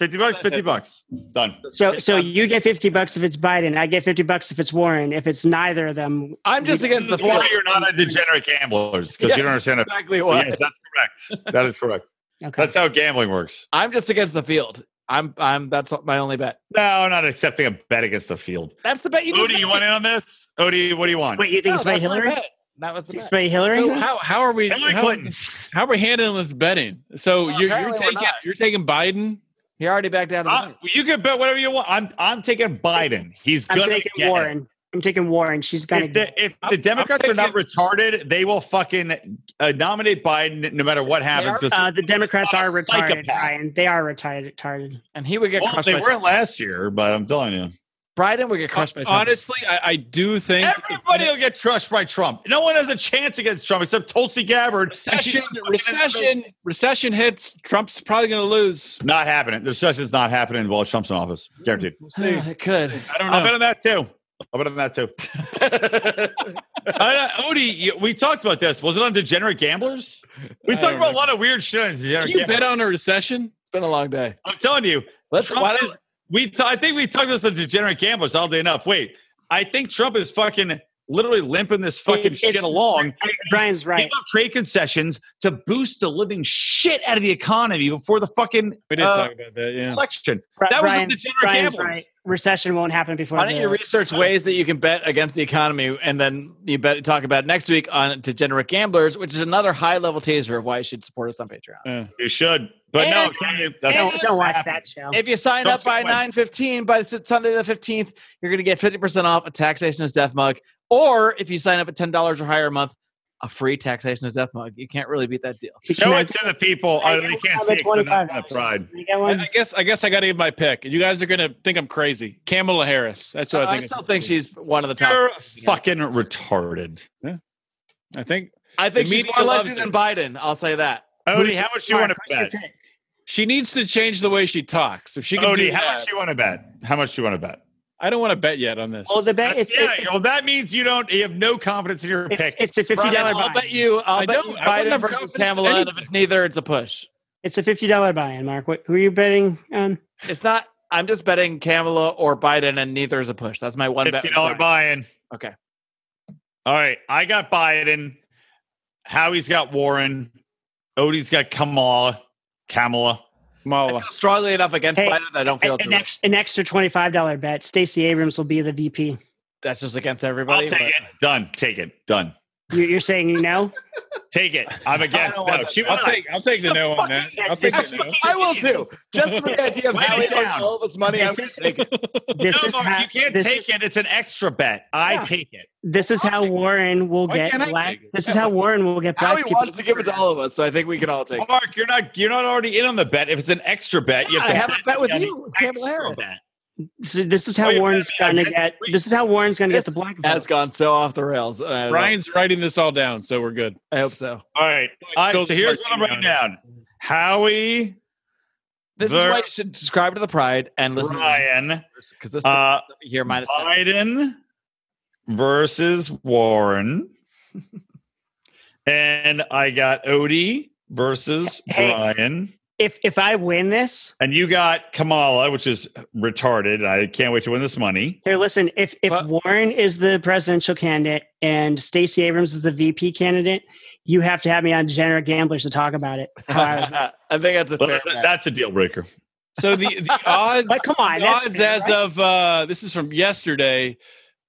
S3: Fifty bucks. Fifty bucks. Done.
S2: So so you get fifty bucks if it's Biden. I get fifty bucks if it's Warren. If it's neither of them,
S1: I'm just against the
S3: This is why
S1: four.
S3: you're not a degenerate gamblers because you don't understand. It.
S1: exactly *laughs* what.
S3: Yes, that's correct. That is correct.
S2: okay.
S3: That's how gambling works.
S1: I'm just against the field. I'm. I'm. That's my only bet.
S3: No, not accepting a bet against the field.
S1: That's the bet you just.
S3: Odie, you
S1: made.
S3: want in on this? Odie, what do you want?
S2: Wait, you think
S1: No,
S2: it's by
S1: that's my
S2: Hillary?
S1: bet. That was the
S2: Think it's
S1: bet.
S2: by Hillary?
S4: So how how are we?
S3: Hillary
S4: how,
S3: Clinton.
S4: How are we handling this betting? So
S1: Well,
S4: you're, you're
S1: apparently we're
S4: taking
S1: not.
S4: you're taking Biden.
S1: He already backed out of the
S3: Uh,
S1: bet.
S3: you can bet whatever you want. I'm I'm taking Biden. He's
S2: I'm
S3: gonna
S2: taking
S3: get it.
S2: Warren. I'm taking Warren. She's gonna
S3: If
S2: get.
S3: the, if
S4: I'm-
S3: the
S4: I'm
S3: Democrats are not retarded, they will fucking uh, nominate Biden no matter what happens.
S1: are-
S3: 'cause-
S2: Uh, the Democrats
S3: Not a
S2: are retarded,
S3: psychopath.
S2: Ryan. They are retarded. retarded.
S1: and he would get
S3: well,
S1: crushed.
S3: they
S1: by
S3: weren't last year, but I'm telling you,
S1: Biden would get crushed by Trump.
S4: Honestly, I, I do think
S3: everybody will get crushed by Trump. No one has a chance against Trump except Tulsi Gabbard.
S4: recession
S3: And she's fucking-
S4: recession recession hits. Trump's probably going to lose.
S3: Not happening. The recession's not happening while Trump's in office. Guaranteed.
S4: We'll
S1: *sighs*
S4: see.
S1: it could.
S4: I don't
S3: I'll bet
S4: know.
S3: on that too. I'll bet on that *laughs* too. uh, Odie, you- we talked about this. Was it on Degenerate Gamblers? We
S4: I
S3: talked
S4: don't
S3: about a lot of weird shit on Degenerate
S4: You
S3: Gamblers.
S4: bet on a recession.
S1: It's been a long day.
S3: I'm telling you,
S1: Let's.
S3: Trump
S1: Why
S3: is-
S1: don't,
S3: we t- I think we talked about this on Degenerate Gamblers all day enough. Wait, I think Trump is fucking literally limping this fucking
S2: It's-
S3: shit
S2: it's-
S3: along.
S2: Brian's right.
S3: Give up trade concessions to boost the living shit out of the economy before the fucking
S4: We did
S3: Uh,
S4: talk about that. Yeah.
S3: election.
S2: Bri-
S3: That was a
S2: Brian's,
S3: Degenerate
S2: Brian's
S3: Gamblers.
S2: right. Recession won't happen before.
S1: why don't
S2: the-
S1: you research ways that you can bet against the economy, and then you bet talk about it next week on Degenerate Gamblers, which is another high level teaser of why you should support us on Patreon.
S3: You should, but no,
S1: And-
S3: I'm telling you, that's-
S2: don't, don't watch
S3: happening.
S2: that show.
S1: If you sign
S3: Don't
S1: up by
S3: skip Wednesday.
S1: nine fifteen by S- Sunday the fifteenth, you're going to get fifty percent off a taxation is death mug. Or if you sign up at ten dollars or higher a month, a free taxation is death mug. You can't really beat that deal.
S2: You
S3: show
S2: cannot-
S3: it to the people.
S2: I
S3: Oh, they
S2: get
S3: can't
S2: one
S3: see
S2: at
S3: it 'cause they're not in the
S2: $25.
S3: pride.
S2: You get
S4: I,
S2: one?
S4: I guess I guess I got to give my pick. You guys are going to think I'm crazy. Kamala Harris. That's what
S1: Uh, I,
S4: I think.
S1: still think she's one of the top.
S3: You're fucking retarded.
S4: I think
S1: I think
S4: The
S1: she's
S4: media
S1: more likely
S4: loves
S1: than Biden. I'll say that.
S3: Odie, how much do you
S2: Mark,
S3: want to
S2: what's your
S3: bet?
S2: pick?
S4: she needs to change the way she talks. If she can
S3: Odie,
S4: do
S3: how
S4: that,
S3: much do you want to bet? How much do you want to bet?
S4: I don't want to bet yet on this.
S2: Well, the bet it's,
S3: yeah,
S2: it's,
S3: well, that means you don't. You have no confidence in your
S2: it's,
S3: pick.
S2: it's a fifty dollar
S1: Brian, I'll
S2: buy.
S1: bet you. I'll
S4: I
S1: bet
S4: don't-
S1: you
S4: I wouldn't
S1: Biden
S4: have
S1: versus
S4: confidence in
S1: Kamala. And if
S4: anything.
S1: it's neither, it's a push.
S2: It's a fifty dollar buy-in, Mark. What who are you betting on?
S1: It's not. I'm just betting Kamala or Biden, and neither is a push. That's my one bet.
S3: Fifty dollar buy-in.
S1: Okay.
S3: All right, I got Biden. Howie's got Warren. Odie's got Kamala. Kamala.
S1: I
S4: Kamala.
S1: feel strongly enough against
S2: Hey,
S1: Biden that I don't feel too
S2: An,
S1: much.
S2: ex, an extra twenty five dollar bet. Stacey Abrams will be the VP.
S1: That's just against
S3: I'll
S1: everybody.
S3: take it. Done. Take it. Done.
S2: You, you're saying you
S3: *laughs*
S2: know?
S3: Take it.
S1: *laughs*
S3: I'm against.
S1: don't
S3: No,
S1: want
S3: she
S1: that.
S4: I'll
S3: won.
S4: take I'll take the no on that. I'll take
S2: This
S4: the
S2: is-
S4: no.
S1: I will too. Just for the idea of
S3: Write
S1: how
S3: it
S1: he's like,
S3: down.
S1: all of his money. I'm
S2: This
S1: gonna
S2: is-
S1: take it.
S2: This
S3: no,
S2: is
S3: Mark,
S2: how
S3: you can't
S2: this
S3: take
S2: is-
S3: it. It's an extra bet. I
S1: Yeah.
S3: take it.
S2: This is how Warren will
S4: Why
S2: get
S4: can't I
S2: black.
S4: take it?
S2: This is how Warren will get black.
S1: Howie
S2: people
S1: wants to give it to all of us, so I think we can all take it.
S3: Mark, you're not. You're not already in on the bet. If it's an extra bet, you have
S1: I
S3: to
S1: have a bet with
S3: on the
S1: you, with Kamala
S3: extra
S1: Harris.
S3: bet.
S2: So this is how
S3: Oh, you're
S2: Warren's
S3: gonna be
S2: gonna
S3: like,
S2: get.
S3: "That's
S2: This is how Warren's gonna
S1: This
S2: get the black vote.
S1: That's gone so off the rails. I,
S4: Brian's writing this all down, so we're good.
S1: I hope so.
S3: All right. All right.
S4: Spilled
S3: So here's what
S4: martini
S3: I'm writing
S4: on
S3: down. Howie
S1: This is
S3: There-
S1: why you should subscribe to the Pride and listen
S3: Ryan.
S1: because this is
S3: Uh,
S1: here minus. seven.
S3: Biden versus Warren. and I got Odie versus
S2: Hey.
S3: Brian.
S2: If if I win this,
S3: And you got Kamala, which is retarded. I can't wait to win this money.
S2: here, listen. If if
S1: But-
S2: Warren is the presidential candidate and Stacey Abrams is the VP candidate, you have to have me on Degenerate Gamblers to talk about it.
S1: *laughs*
S2: How I was-
S1: I think that's a
S3: But
S1: fair.
S3: th-
S1: bet.
S3: that's a deal breaker.
S4: So the the odds
S2: but come on,
S4: the
S2: that's
S4: odds
S2: fair,
S4: as
S2: right?
S4: of uh, this is from yesterday.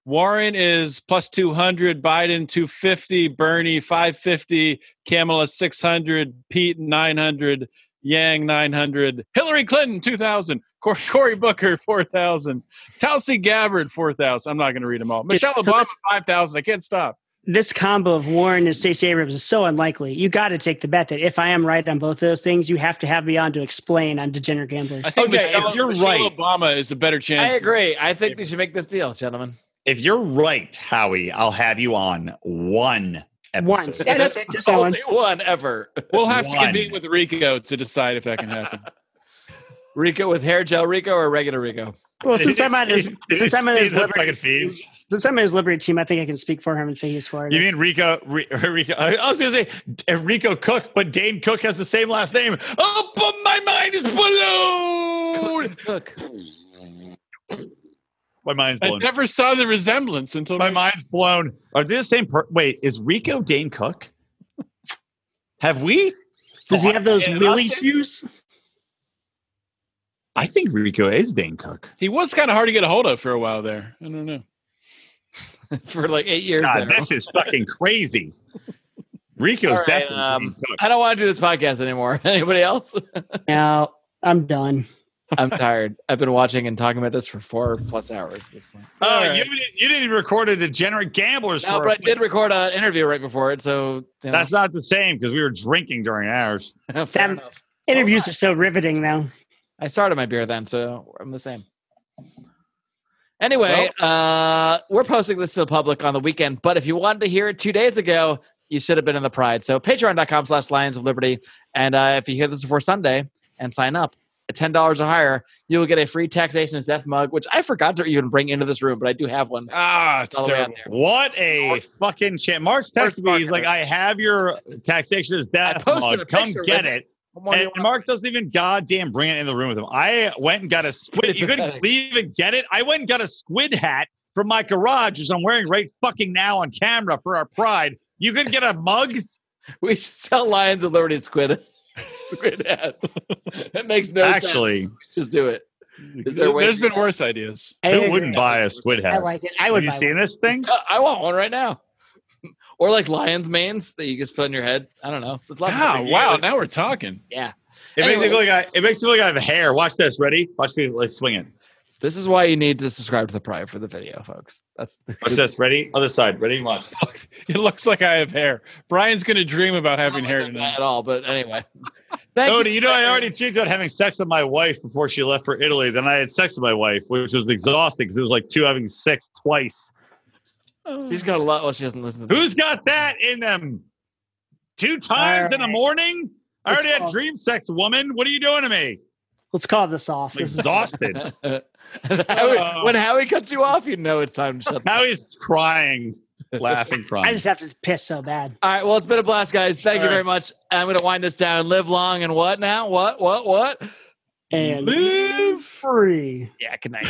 S4: Warren is plus two hundred, Biden two fifty, Bernie five fifty, Kamala six hundred, Pete nine hundred, Yang nine hundred, Hillary Clinton two thousand, Cor- Cory Booker four thousand, Tulsi Gabbard four thousand. I'm not going to read them all. Michelle
S2: so
S4: Obama
S2: this-
S4: five thousand. I can't stop.
S2: this combo of Warren and Stacey Abrams is so unlikely. You got to take the bet that if I am right on both those things, you have to have me on to explain on Degenerate Gamblers.
S4: I think
S3: Okay,
S4: Michelle,
S3: if you're
S4: Michelle
S3: right.
S4: Obama is a better
S1: I
S4: chance.
S1: agree. I think they should make this deal, gentlemen.
S3: If you're right, Howie, I'll have you on one episode.
S2: Once. Yeah, that's it. Just that one.
S1: *laughs* Only one ever.
S4: We'll have to
S3: One.
S4: convene with Rico to decide if that can happen.
S1: Rico with hair gel Rico or regular Rico? *laughs*
S2: Well, since
S3: Did
S2: I'm
S3: he-
S2: on his,
S3: did he
S2: since I'm on his
S3: sneeze up like
S2: Liberty,
S3: a thief?
S2: since I'm on his Liberty team, I think I can speak for him and say he's for it.
S3: You mean Rico? Ri- *laughs* Rico? I was gonna say uh, Rico Cook, but Dane Cook has the same last name. Oh, but my mind is blown.
S1: Look.
S3: My mind's
S4: I
S3: blown.
S4: never saw the resemblance until
S3: My
S4: now.
S3: mind's blown. Are they the same? Per- Wait, is Rico Dane Cook? Have we?
S2: does he have those
S3: Yeah,
S2: Willie *laughs*
S3: I'll-
S2: shoes?
S3: I think Rico is Dane Cook.
S4: He was kind of hard to get a hold of for a while there. I don't know.
S1: For like eight years.
S3: God,
S1: there.
S3: this is fucking crazy. Rico's
S1: All right,
S3: definitely
S1: um,
S3: Dane Cook.
S1: I don't want to do this podcast anymore. *laughs* Anybody else?
S2: No, I'm done.
S1: I'm tired. I've been watching and talking about this for four plus hours at this point.
S3: Oh,
S4: all right.
S3: you, didn't- you didn't even record a degenerate gamblers.
S1: No,
S3: for
S1: but I did record an interview right before it, so you know,
S3: That's not the same because we were drinking during ours.
S1: *laughs* fair
S2: that-
S1: enough.
S2: Interviews are so riveting, though.
S1: I started my beer then, so I'm the same. Anyway, uh, we're posting this to the public on the weekend, but if you wanted to hear it two days ago, you should have been in the pride. So patreon.com slash lions of liberty. And uh, if you hear this before Sunday and sign up at $10 or higher, you will get a free taxation is death mug, which I forgot to even bring into this room, but I do have one.
S4: Ah,
S1: It's
S4: it's
S1: all the way out
S4: terrible.
S1: there.
S3: What a fucking chance. Mark's
S1: Mark's
S3: texted me. He's
S1: Parker.
S3: like, I have your taxation is
S1: I
S3: death
S1: posted a
S3: mug. Come
S1: picture
S3: get
S1: with
S3: it.
S1: What more do you
S3: And
S1: want?
S3: Mark doesn't even goddamn bring it in the room with him. I went and got a squid.
S1: pretty
S3: You couldn't
S1: pathetic.
S3: leave and get it. I went and got a squid hat from my garage, which I'm wearing right fucking now on camera for our pride. You could get a mug.
S1: We should sell Lions of Liberty squid, *laughs* squid
S3: *laughs*
S1: hats. That makes *laughs* no sense.
S3: Actually,
S1: Let's just do it. Is there a way
S4: There's
S1: to
S4: been
S1: do that?
S4: worse ideas.
S3: who wouldn't buy a squid
S2: I
S3: hat?
S2: like it. I
S3: Have
S2: would
S3: you
S2: buy
S3: seen this thing?
S1: *laughs* Uh, I want one right now. *laughs* or like lion's manes that you just put on your head. I don't know. There's lots
S4: Ah,
S1: of
S4: wow. Now we're talking. *laughs*
S3: It makes me
S1: Anyway.
S3: look like I, it makes me look like I have hair. Watch this. Ready? Watch me like swing it.
S1: This is why you need to subscribe to the Pride for the video, folks.
S3: *laughs*
S1: That's
S3: Watch this. Ready? Other side. Ready? Watch.
S4: It looks like I have hair. Brian's going to dream about having hair tonight.
S1: at all. But anyway, thank
S3: *laughs* Cody, you know, I already cheated on having sex with my wife before she left for Italy. Then I had sex with my wife, which was exhausting because it was like two having sex twice.
S1: *laughs* She's got a lot. Well, she doesn't listen to this.
S3: Who's got that in them? Two times in the
S2: right.
S3: morning? I
S2: It's
S3: already had
S2: all-
S3: dream sex, woman. What are you doing
S2: *laughs*
S3: to me?
S2: Let's call this off.
S3: I'm
S2: This
S1: *laughs*
S2: is-
S3: exhausted. Oh.
S1: Howie, when Howie cuts you off, you know it's time to shut
S3: now he's crying, laughing,
S2: I
S3: crying.
S2: just have to piss so bad.
S1: All right. Well, it's been a blast, guys. Thank you
S4: All right.
S1: very much. I'm going to wind this down. Live long and what now? What, what, what?
S2: And
S4: Live
S2: free.
S1: Yeah, good night.